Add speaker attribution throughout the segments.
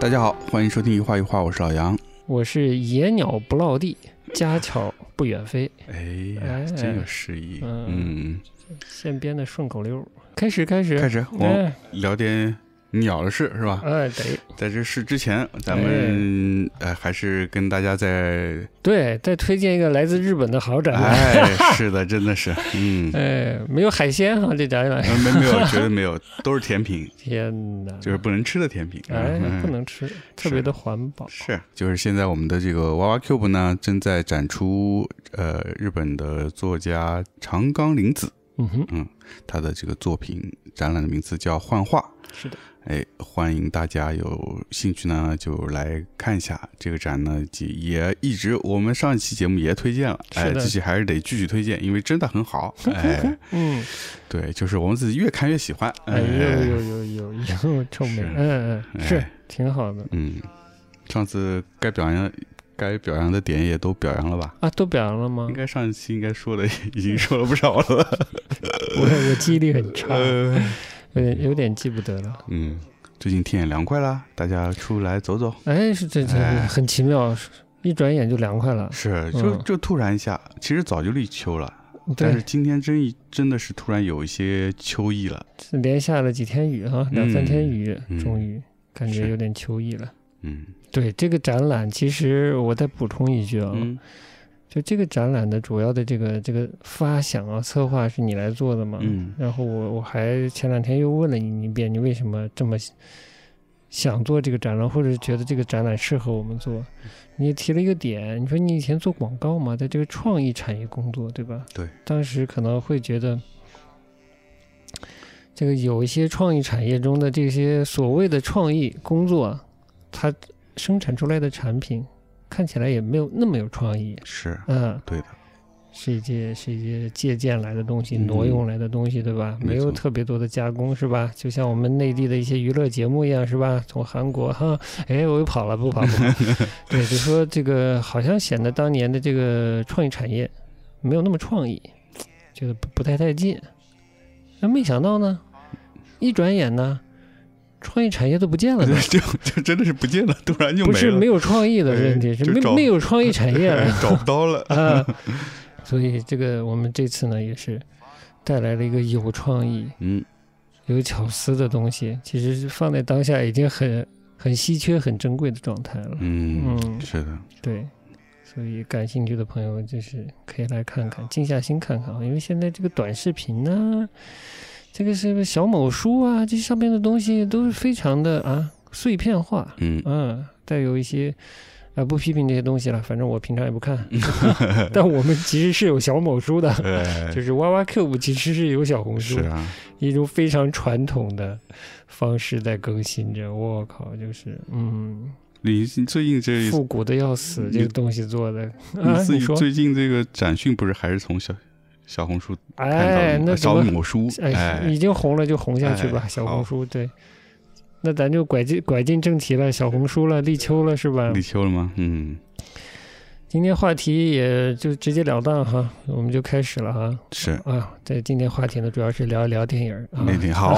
Speaker 1: 大家好，欢迎收听一画一画，我是老杨。
Speaker 2: 我是野鸟不落地，家巧不远飞。
Speaker 1: 哎
Speaker 2: 哎
Speaker 1: 呀，真有诗意。嗯
Speaker 2: 嗯，现编的顺口溜儿，开始开始，
Speaker 1: 开始哦我们
Speaker 2: 哎
Speaker 1: 聊点鸟的事是吧？
Speaker 2: 哎得
Speaker 1: 在这事之前，咱们
Speaker 2: 哎
Speaker 1: 呃还是跟大家在
Speaker 2: 对，再推荐一个来自日本的好展览。
Speaker 1: 哎， 是的，真的是，嗯，
Speaker 2: 哎，没有海鲜哈，这展览，
Speaker 1: 呃没没有，绝对没有，都是甜 品，
Speaker 2: 天哪！
Speaker 1: 就是不能吃的甜品。
Speaker 2: 哎
Speaker 1: 嗯，
Speaker 2: 不能吃，特别的环保。
Speaker 1: 是，就是现在我们的这个娃娃 Cube 呢，正在展出呃日本的作家长冈林子
Speaker 2: 嗯哼，
Speaker 1: 他的这个作品，展览的名字叫《幻化》。
Speaker 2: 是的，
Speaker 1: 哎，欢迎大家有兴趣呢，就来看一下这个展呢，也也一直我们上一期节目也推荐了，
Speaker 2: 是
Speaker 1: 哎，
Speaker 2: 的
Speaker 1: 这期还是得继续推荐，因为真的很 好，哎，
Speaker 2: 嗯，
Speaker 1: 对，就是我们自己越看越喜欢，
Speaker 2: 哎呦呦呦呦呦，臭美，
Speaker 1: 是
Speaker 2: 嗯嗯，是
Speaker 1: 哎
Speaker 2: 挺好的
Speaker 1: 嗯，上次该表扬该表扬的点也都表扬了吧？
Speaker 2: 啊，都表扬了吗
Speaker 1: 应？该上一期应该说的已经说了不少了，
Speaker 2: 我我记忆力很差，
Speaker 1: 呃，
Speaker 2: 有点有点记不得了。
Speaker 1: 嗯，最近天也凉快啦，大家出来走走。
Speaker 2: 哎，是这这
Speaker 1: 哎
Speaker 2: 很奇妙，是一转眼就凉快了。
Speaker 1: 是，就
Speaker 2: 嗯
Speaker 1: 就突然一下，其实早就立秋了，但是
Speaker 2: 对，
Speaker 1: 今天真真的是突然有一些秋意了，
Speaker 2: 连下了几天雨哈，两三天雨，
Speaker 1: 嗯
Speaker 2: 终于感觉
Speaker 1: 是
Speaker 2: 有点秋意了。
Speaker 1: 嗯
Speaker 2: 对这个展览，其实我再补充一句啊，
Speaker 1: 嗯，
Speaker 2: 就这个展览的主要的这个这个发想啊、策划是你来做的嘛？
Speaker 1: 嗯
Speaker 2: 然后我我还前两天又问了你一遍，你为什么这么想做这个展览，或者觉得这个展览适合我们做？
Speaker 1: 嗯
Speaker 2: 你也提了一个点，你说你以前做广告嘛，在这个创意产业工作，对吧？
Speaker 1: 对。
Speaker 2: 当时可能会觉得，这个有一些创意产业中的这些所谓的创意工作，它生产出来的产品看起来也没有那么有创意，
Speaker 1: 是
Speaker 2: 嗯，
Speaker 1: 对的，
Speaker 2: 是一些是一些借鉴来的东西，
Speaker 1: 嗯
Speaker 2: 挪用来的东西，对吧？
Speaker 1: 没错
Speaker 2: 没有特别多的加工，是吧？就像我们内地的一些娱乐节目一样，是吧？从韩国哈，哎，我又跑了，不跑不跑。 对，就说这个好像显得当年的这个创意产业没有那么创意，觉得不不太带劲。那没想到呢，一转眼呢，创意产业都不见了呢。
Speaker 1: 就就真的是不见了，突 然就
Speaker 2: 不是
Speaker 1: 了
Speaker 2: 没，有创意的问题，
Speaker 1: 哎
Speaker 2: 是
Speaker 1: 就
Speaker 2: 没
Speaker 1: 找
Speaker 2: 没有创意产业了。
Speaker 1: 找不到了，
Speaker 2: 啊， 所以这个我们这次呢也是带来了一个有创意、
Speaker 1: 嗯，
Speaker 2: 有巧思的东西，其实是放在当下已经很很稀缺、很珍贵的状态了。
Speaker 1: 嗯，
Speaker 2: 嗯
Speaker 1: 是的，
Speaker 2: 对，所以感兴趣的朋友就是可以来看看，静下心看看啊，因为现在这个短视频呢、这个是不是小某书啊，这上面的东西都是非常的啊碎片化，
Speaker 1: 嗯，
Speaker 2: 嗯，带有一些，啊，不批评这些东西了，反正我平常也 不看。 但我们其实是有小某书的，
Speaker 1: 哎
Speaker 2: 就是 YYCube 其实是有小红书
Speaker 1: 是，啊，
Speaker 2: 一种非常传统的方式在更新着。我靠，就是嗯，
Speaker 1: 你你最近这
Speaker 2: 复古的要死，
Speaker 1: 你
Speaker 2: 这个东西做的啊
Speaker 1: 哎你，自
Speaker 2: 你
Speaker 1: 己
Speaker 2: 说，
Speaker 1: 最近这个展讯不是还是从小小红书
Speaker 2: 哎，
Speaker 1: 看到的
Speaker 2: 那怎
Speaker 1: 呃小
Speaker 2: 么？
Speaker 1: 某书，
Speaker 2: 哎，
Speaker 1: 哎
Speaker 2: 已，经红了就红下去吧，
Speaker 1: 哎
Speaker 2: 小
Speaker 1: 好
Speaker 2: 红书对。那咱就拐进拐进正题了，小红书了，立秋了是吧？
Speaker 1: 立秋了吗？嗯，
Speaker 2: 今天话题也就直截了当哈，我们就开始了哈。
Speaker 1: 是
Speaker 2: 啊，对，今天话题呢主要是聊一聊电影儿啊。
Speaker 1: 那挺 好，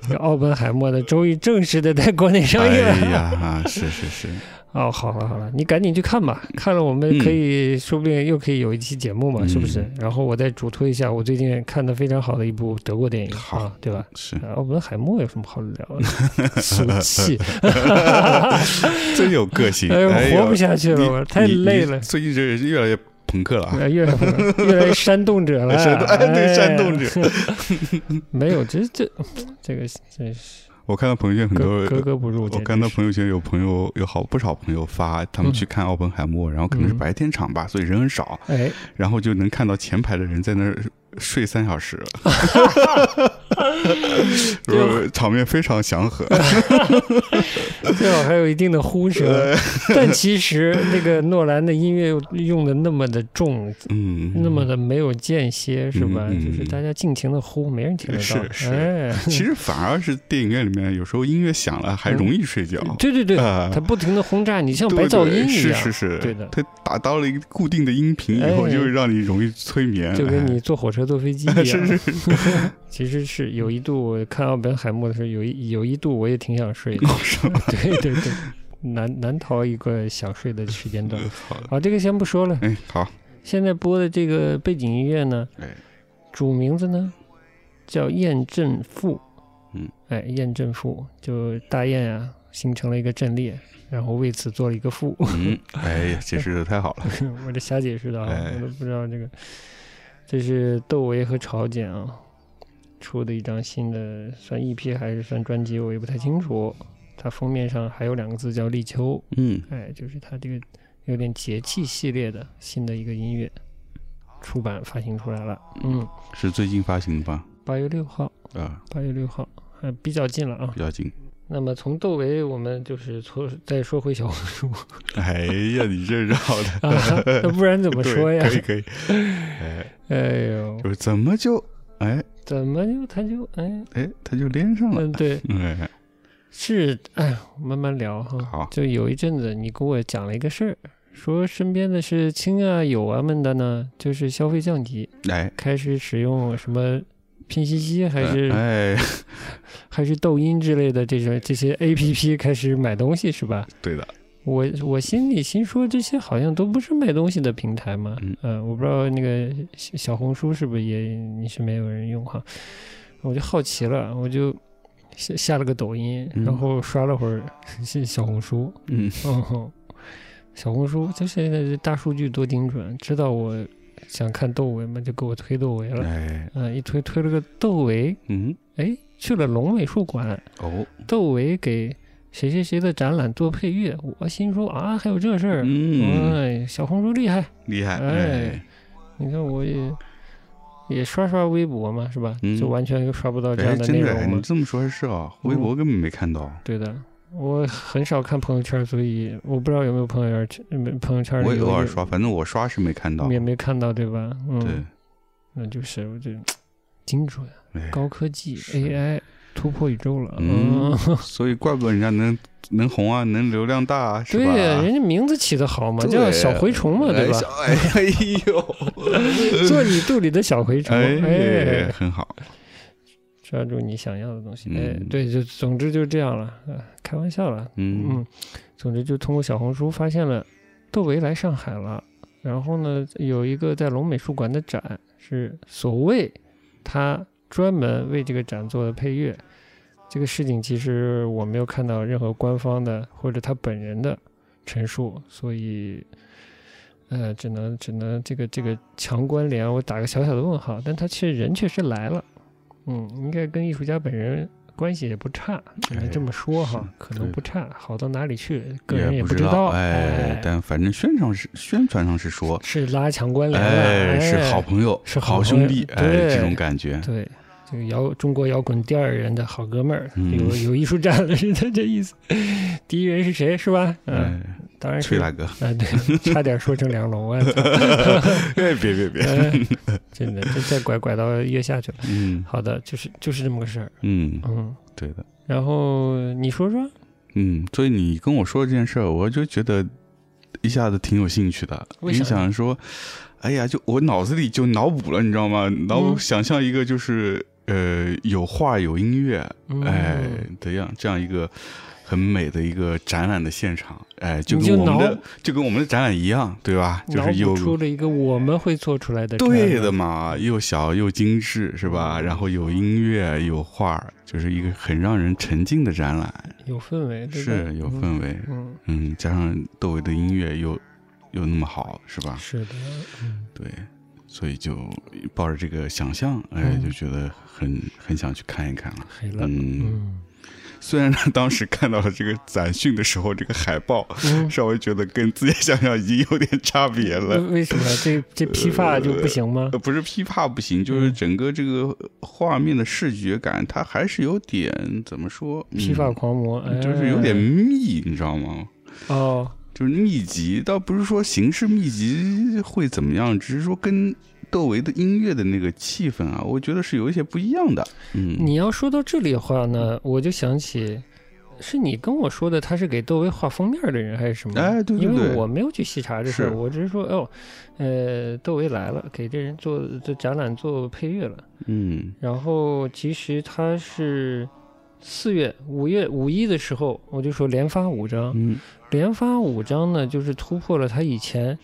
Speaker 2: 这个奥本海默呢终于正式的在国内上
Speaker 1: 哎
Speaker 2: 映 了。
Speaker 1: 呀，啊是是是，
Speaker 2: 哦，好了好了，你赶紧去看吧，看了我们
Speaker 1: 嗯
Speaker 2: 可以、说不定又可以有一期节目嘛，是不是？
Speaker 1: 嗯
Speaker 2: 然后我再主推一下我最近看的非常好的一部德国电影
Speaker 1: 好
Speaker 2: 啊，对吧？
Speaker 1: 是
Speaker 2: 啊奥本海默有什么好聊的？ 俗气，
Speaker 1: 真有个性，
Speaker 2: 哎呦，活不
Speaker 1: 呦
Speaker 2: 下去了，
Speaker 1: 你
Speaker 2: 我太
Speaker 1: 你
Speaker 2: 累
Speaker 1: 你
Speaker 2: 了。
Speaker 1: 最近这是越来越朋克了啊！
Speaker 2: 越来越越来越煽动者了，
Speaker 1: 煽 动哎对煽动者，
Speaker 2: 没有，这这这个这是
Speaker 1: 我看到朋友圈很
Speaker 2: 格格
Speaker 1: 多，
Speaker 2: 格不入。
Speaker 1: 我
Speaker 2: 简直
Speaker 1: 看到
Speaker 2: 是
Speaker 1: 朋友圈有朋友有好不少朋友发他们
Speaker 2: 嗯
Speaker 1: 去看奥本海默，然后可能是
Speaker 2: 嗯
Speaker 1: 白天场吧，所以人很少，
Speaker 2: 哎，
Speaker 1: 然后就能看到前排的人在那儿睡三小 时， 呃场面非常祥 和。
Speaker 2: 最好还有一定的呼声，
Speaker 1: 呃
Speaker 2: 但其实那个诺兰的音乐又用的那么的重，
Speaker 1: 嗯，
Speaker 2: 那么的没有间歇，是吧？
Speaker 1: 嗯嗯
Speaker 2: 就是大家尽情的呼，没人听得到
Speaker 1: 是。是
Speaker 2: 哎，
Speaker 1: 其实反而是电影院里面有时候音乐响了还容易睡觉。
Speaker 2: 对嗯对对，
Speaker 1: 啊
Speaker 2: 他不停的轰炸你，像
Speaker 1: 对
Speaker 2: 白噪
Speaker 1: 对
Speaker 2: 音一
Speaker 1: 是
Speaker 2: 样，
Speaker 1: 是是，
Speaker 2: 对的
Speaker 1: 它达到了一个固定的音频以后，
Speaker 2: 哎
Speaker 1: 就会让你容易催眠。
Speaker 2: 就跟
Speaker 1: 哎
Speaker 2: 你坐火车合作飞机一样。
Speaker 1: 是
Speaker 2: 其实是有一度我看奥本海默的时候，有一有一度我也挺想睡的。
Speaker 1: 哦是吗？
Speaker 2: 对对对，难难逃一个想睡的时间段。
Speaker 1: 嗯好的，
Speaker 2: 好，这个先不说了。
Speaker 1: 哎，好，
Speaker 2: 现在播的这个背景音乐呢，
Speaker 1: 哎，
Speaker 2: 主名字呢叫燕振富，
Speaker 1: 嗯，
Speaker 2: 哎，燕振富就大雁啊，形成了一个阵列，然后为此做了一个赋。
Speaker 1: 嗯，哎呀，解释的太好了，
Speaker 2: 我这瞎解释的啊
Speaker 1: 哎，
Speaker 2: 我都不知道这个。这是窦唯和朝简啊出的一张新的，算 EP 还是算专辑，我也不太清楚。它封面上还有两个字叫立秋，
Speaker 1: 嗯，
Speaker 2: 哎，就是它这个有点节气系列的新的一个音乐出版发行出来了，嗯，
Speaker 1: 是最近发行的吧？
Speaker 2: 八月六号，
Speaker 1: 啊，
Speaker 2: 八月六号，还比较近了啊
Speaker 1: 比。较近。
Speaker 2: 那么从窦唯，我们就是从再说回小红书
Speaker 1: 哎呀，你这绕的，
Speaker 2: 啊，那不 然怎么说呀
Speaker 1: 对？可 以可以，哎，
Speaker 2: 哎呦
Speaker 1: 就，是怎么就哎
Speaker 2: 怎么就他就哎，
Speaker 1: 哎，他就连上了，
Speaker 2: 嗯，对，
Speaker 1: 哎，
Speaker 2: 是，哎，慢慢聊哈。
Speaker 1: 好，
Speaker 2: 就有一阵子，你跟我讲了一个事儿，说身边的是亲啊友啊们的呢，就是消费降级，
Speaker 1: 哎，
Speaker 2: 开始使用什么拼夕夕还是、
Speaker 1: 哎，
Speaker 2: 还是抖音之类的这种这些 A P P 开始买东西是吧？
Speaker 1: 对的，
Speaker 2: 我我心里心说这些好像都不是卖东西的平台嘛，
Speaker 1: 嗯
Speaker 2: 嗯、我不知道那个小小红书是不是也你身边有人用哈，我就好奇了，我就下下了个抖音，
Speaker 1: 嗯
Speaker 2: 然后刷了会儿是小红书，
Speaker 1: 嗯，
Speaker 2: 嗯哼，小红书就现在这大数据多精准，知道我想看窦唯嘛，就给我推窦唯了，
Speaker 1: 哎，
Speaker 2: 嗯、一推推了个窦唯，
Speaker 1: 嗯，
Speaker 2: 哎，去了龙美术馆，
Speaker 1: 哦，
Speaker 2: 窦唯给谁谁谁的展览做配乐，我心说啊，还有这事儿，
Speaker 1: 嗯，
Speaker 2: 哎，小红书厉害，
Speaker 1: 厉害，
Speaker 2: 哎
Speaker 1: 哎，
Speaker 2: 你看我也也刷刷微博嘛，是吧？
Speaker 1: 嗯
Speaker 2: 就完全刷不到这
Speaker 1: 哎，
Speaker 2: 样的内
Speaker 1: 真的，
Speaker 2: 容嗯嘛。
Speaker 1: 你这么说是啊，微博根本没看到，
Speaker 2: 对的，我很少看朋友圈，所以我不知道有没有朋友圈，没朋友圈
Speaker 1: 我
Speaker 2: 里
Speaker 1: 也
Speaker 2: 有
Speaker 1: 偶尔刷，反正我刷是没看到，
Speaker 2: 也没看到，对吧？嗯，
Speaker 1: 对，
Speaker 2: 那就是我这精准、
Speaker 1: 哎，
Speaker 2: 高科技、
Speaker 1: 是
Speaker 2: AI 突破宇宙了。
Speaker 1: 嗯
Speaker 2: 嗯，
Speaker 1: 所以怪不得人家能能红啊，能流量大啊，是
Speaker 2: 对
Speaker 1: 吧？
Speaker 2: 呀，人家名字起的好嘛，
Speaker 1: 对
Speaker 2: 叫小蛔虫嘛，对
Speaker 1: 哎
Speaker 2: 吧？
Speaker 1: 小哎 呦，
Speaker 2: 做你肚里的小蛔虫，哎，
Speaker 1: 很好，
Speaker 2: 抓住你想要的东西，哎
Speaker 1: 嗯，
Speaker 2: 对，就总之就这样了，呃开玩笑了，
Speaker 1: 嗯
Speaker 2: 嗯，总之就通过小红书发现了窦唯来上海了，然后呢，有一个在龙美术馆的展是所谓他专门为这个展做的配乐，这个事情其实我没有看到任何官方的或者他本人的陈述，所以。呃，只能只能这个这个强关联，我打个小小的问号。但他确人确实来了，嗯，应该跟艺术家本人关系也不差，只能这么说哈，
Speaker 1: 是
Speaker 2: 可能
Speaker 1: 对
Speaker 2: 不差，好到哪里去，个人
Speaker 1: 也
Speaker 2: 也
Speaker 1: 不
Speaker 2: 知道，
Speaker 1: 哎，但反正宣传是宣传上是说，
Speaker 2: 是拉强关联了，
Speaker 1: 哎，
Speaker 2: 哎，
Speaker 1: 是好朋友，
Speaker 2: 是好
Speaker 1: 好
Speaker 2: 朋
Speaker 1: 兄
Speaker 2: 友
Speaker 1: 弟，哎，
Speaker 2: 对
Speaker 1: 这种感觉，
Speaker 2: 对，这个摇中国摇滚第二人的好哥们儿，
Speaker 1: 嗯
Speaker 2: 有有艺术站了，是他这意思。 第一人是谁是吧？嗯，
Speaker 1: 哎，
Speaker 2: 当然
Speaker 1: 崔
Speaker 2: 是。
Speaker 1: 大哥，
Speaker 2: 啊，对，差点说成梁龙啊！操
Speaker 1: 哎，别别 别，
Speaker 2: 哎 真的，这再拐拐到月下去了。
Speaker 1: 嗯
Speaker 2: 好的，就是就是这么个事儿。
Speaker 1: 嗯，
Speaker 2: 嗯，
Speaker 1: 对的，
Speaker 2: 然后你说说，
Speaker 1: 嗯，所以你跟我说这件事儿，我就觉得一下子挺有兴趣的，
Speaker 2: 为
Speaker 1: 你
Speaker 2: 啥
Speaker 1: 想说，哎呀，就我脑子里就脑补了，你知道吗？脑补
Speaker 2: 嗯
Speaker 1: 想象一个就是。呃，有画有音乐，
Speaker 2: 嗯、
Speaker 1: 哎，这样这样一个很美的一个展览的现场，哎，就
Speaker 2: 你
Speaker 1: 跟
Speaker 2: 就
Speaker 1: 我们的
Speaker 2: 挠
Speaker 1: 就跟我们的展览一样，对吧？就
Speaker 2: 脑
Speaker 1: 是
Speaker 2: 补
Speaker 1: 又
Speaker 2: 出了一个我们会做出来的展览
Speaker 1: 对的嘛，又小又精致，是吧？然后有音乐，有画儿，就是一个很让人沉浸的展览，
Speaker 2: 有氛围，对吧
Speaker 1: 是有氛围，
Speaker 2: 嗯，
Speaker 1: 嗯，加上窦唯的音乐又又那么好，是吧
Speaker 2: 嗯，？是的，嗯，
Speaker 1: 对，所以就抱着这个想象，哎，
Speaker 2: 嗯
Speaker 1: 就觉得很很想去看一看了。
Speaker 2: 黑了，
Speaker 1: 嗯，
Speaker 2: 嗯
Speaker 1: 虽然他当时看到了这个展讯的时候，这个海报
Speaker 2: 嗯，
Speaker 1: 稍微觉得跟自己想象已经有点差别了
Speaker 2: 为。为什么这这批发就不行吗
Speaker 1: 呃，？不是批判不行，就是
Speaker 2: 嗯
Speaker 1: 整个这个画面的视觉感，它还是有点怎么说？嗯
Speaker 2: 批发狂魔、哎
Speaker 1: 就是有点嗯密，你知道吗？
Speaker 2: 哦，
Speaker 1: 就是密集，倒不是说形式密集会怎么样，只是说跟窦唯的音乐的那个气氛啊，我觉得是有一些不一样的。嗯，
Speaker 2: 你要说到这里的话呢，我就想起，是你跟我说的，他是给窦唯画封面的人还是什么？
Speaker 1: 哎对对
Speaker 2: 因为
Speaker 1: 对
Speaker 2: 我没有去细查这
Speaker 1: 是
Speaker 2: 事儿，我只是说哦，呃，窦唯来了，给这人做这展览做配乐了。
Speaker 1: 嗯
Speaker 2: 然后其实他是四月、五月、五一的时候，我就说连发五张，
Speaker 1: 嗯
Speaker 2: 连发五张呢，就是突破了他以前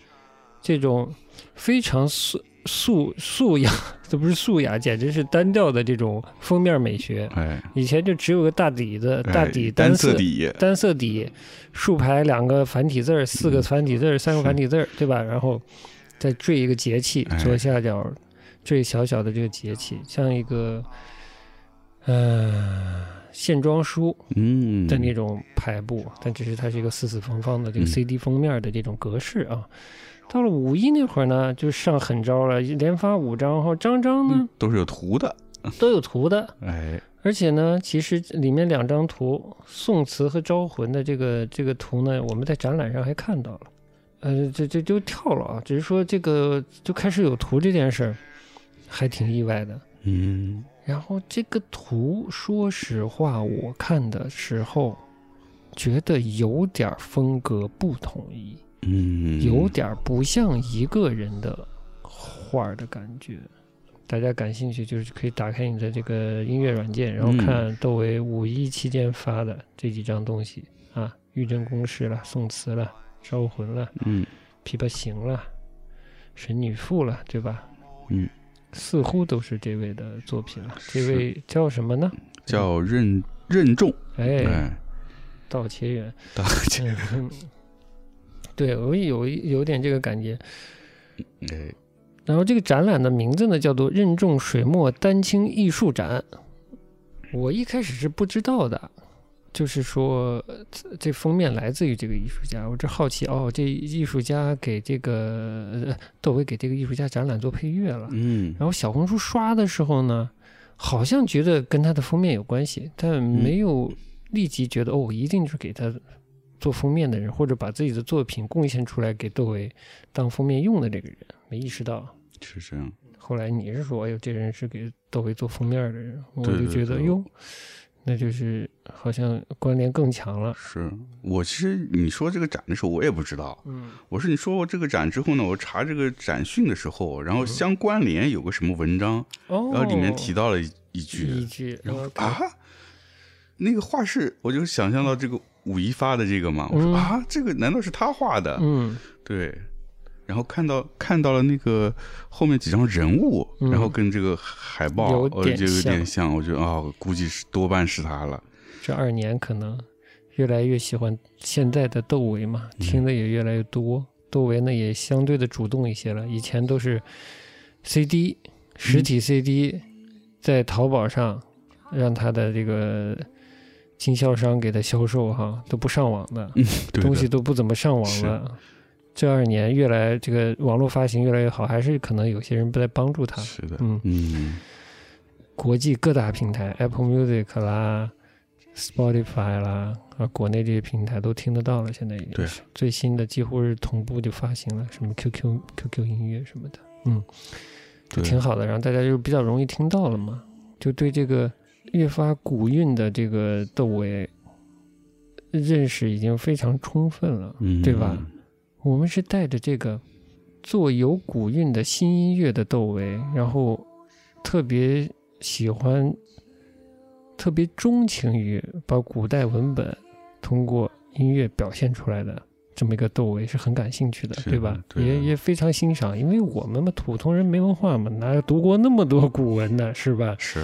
Speaker 2: 这种非常素素素雅， 这不是素雅，简直是单调的这种封面美学。
Speaker 1: 哎，
Speaker 2: 以前就只有个大底子，呃大
Speaker 1: 哎
Speaker 2: 底
Speaker 1: 单
Speaker 2: 色
Speaker 1: 色底，
Speaker 2: 单色底，竖排两个繁体字儿，四
Speaker 1: 嗯
Speaker 2: 个繁体字儿，三个繁体字儿，对吧？然后再缀一个节气
Speaker 1: 哎，
Speaker 2: 左下角缀小小的这个节气，像一个呃线装书
Speaker 1: 嗯，
Speaker 2: 的那种排布，啊但只是它是一个四四方方的这个
Speaker 1: 嗯
Speaker 2: CD 封面的这种格式啊。到了五一那会儿呢，就上狠招了，连发五张，然后张张呢
Speaker 1: 嗯都是有图的，
Speaker 2: 都有图的，
Speaker 1: 哎，
Speaker 2: 而且呢，其实里面两张图，宋词和招魂的这个这个图呢，我们在展览上还看到了。呃，这这就跳了啊，只是说这个就开始有图这件事儿，还挺意外的。
Speaker 1: 嗯
Speaker 2: 然后这个图，说实话，我看的时候觉得有点儿风格不统一，
Speaker 1: 嗯，
Speaker 2: 有点儿不像一个人的画儿的感觉。大家感兴趣，就是可以打开你的这个音乐软件，然后
Speaker 1: 嗯
Speaker 2: 看窦唯五一期间发的这几张东西啊，《玉真公式》了，《宋词》了，《招魂》了，
Speaker 1: 嗯
Speaker 2: 《琵琶行》了，《神女赋》了，对吧？
Speaker 1: 嗯，
Speaker 2: 似乎都是这位的作品了。这
Speaker 1: 是
Speaker 2: 位叫什么呢？
Speaker 1: 叫任任重，
Speaker 2: 哎，
Speaker 1: 哎，
Speaker 2: 道且远。
Speaker 1: 大家
Speaker 2: 嗯，对我有一有点这个感觉。嗯
Speaker 1: 哎，
Speaker 2: 然后这个展览的名字呢，叫做“任重水墨丹青艺术展”。我一开始是不知道的，就是说呃这这封面来自于这个艺术家，我这好奇哦，这艺术家给这个呃窦唯给这个艺术家展览做配乐了。
Speaker 1: 嗯，
Speaker 2: 然后小红书刷的时候呢，好像觉得跟他的封面有关系，但没有立即觉得哦，一定是给他做封面的人，或者把自己的作品贡献出来给窦唯当封面用的这个人，没意识到。
Speaker 1: 是这样，
Speaker 2: 后来你是说，哎呦，这人是给窦唯做封面的人，我
Speaker 1: 对
Speaker 2: 就
Speaker 1: 对
Speaker 2: 觉得
Speaker 1: 对
Speaker 2: 哟，那就是好像关联更强了。
Speaker 1: 是我其实你说这个展的时候，我也不知道，
Speaker 2: 嗯，
Speaker 1: 我是你说过这个展之后呢，我查这个展讯的时候，然
Speaker 2: 嗯
Speaker 1: 后相关联有个什么文章，
Speaker 2: 哦，
Speaker 1: 然后里面提到了一一
Speaker 2: 一
Speaker 1: 句
Speaker 2: 句，呃
Speaker 1: 然后
Speaker 2: 哦 OK
Speaker 1: 啊，那个画室，我就想象到这个五一发的这个嘛，我说
Speaker 2: 嗯
Speaker 1: 啊，这个难道是他画的？
Speaker 2: 嗯，
Speaker 1: 对。然后看到看到了那个后面几张人物，
Speaker 2: 嗯
Speaker 1: 然后跟这个海报
Speaker 2: 有
Speaker 1: 呃
Speaker 2: 点
Speaker 1: 就有点
Speaker 2: 像
Speaker 1: 像，我觉得啊，估计是多半是他了。
Speaker 2: 这二年可能越来越喜欢现在的窦唯嘛，
Speaker 1: 嗯
Speaker 2: 听的也越来越多。窦唯呢也相对的主动一些了，以前都是 CD 实
Speaker 1: 嗯
Speaker 2: 体 CD 在淘宝上让他的这个经销商给他销售哈，都不上网的，
Speaker 1: 对
Speaker 2: 东
Speaker 1: 的
Speaker 2: 西都不怎么上网
Speaker 1: 是
Speaker 2: 了。这二年越来这个网络发行越来越好，还是可能有些人不在帮助他。
Speaker 1: 是的，
Speaker 2: 嗯，
Speaker 1: 嗯
Speaker 2: 国际各大平台，Apple Music 啦、Spotify 啦，啊，国内这些平台都听得到了。现在已经
Speaker 1: 对
Speaker 2: 是最新的几乎是同步就发行了，什么 QQ、QQ 音乐什么的，
Speaker 1: 对，
Speaker 2: 挺好的。然后大家就比较容易听到了嘛，就对这个越发古韵的这个窦唯认识已经非常充分了。
Speaker 1: 嗯
Speaker 2: 对吧我们是带着这个做有古韵的新音乐的窦唯，然后特别喜欢、特别钟情于把古代文本通过音乐表现出来的这么一个窦唯是很感兴趣的，
Speaker 1: 是
Speaker 2: 对吧？
Speaker 1: 对的
Speaker 2: 也也非常欣赏，因为我们嘛普通人没文化嘛，哪有读过那么多古文呢，是吧？
Speaker 1: 是，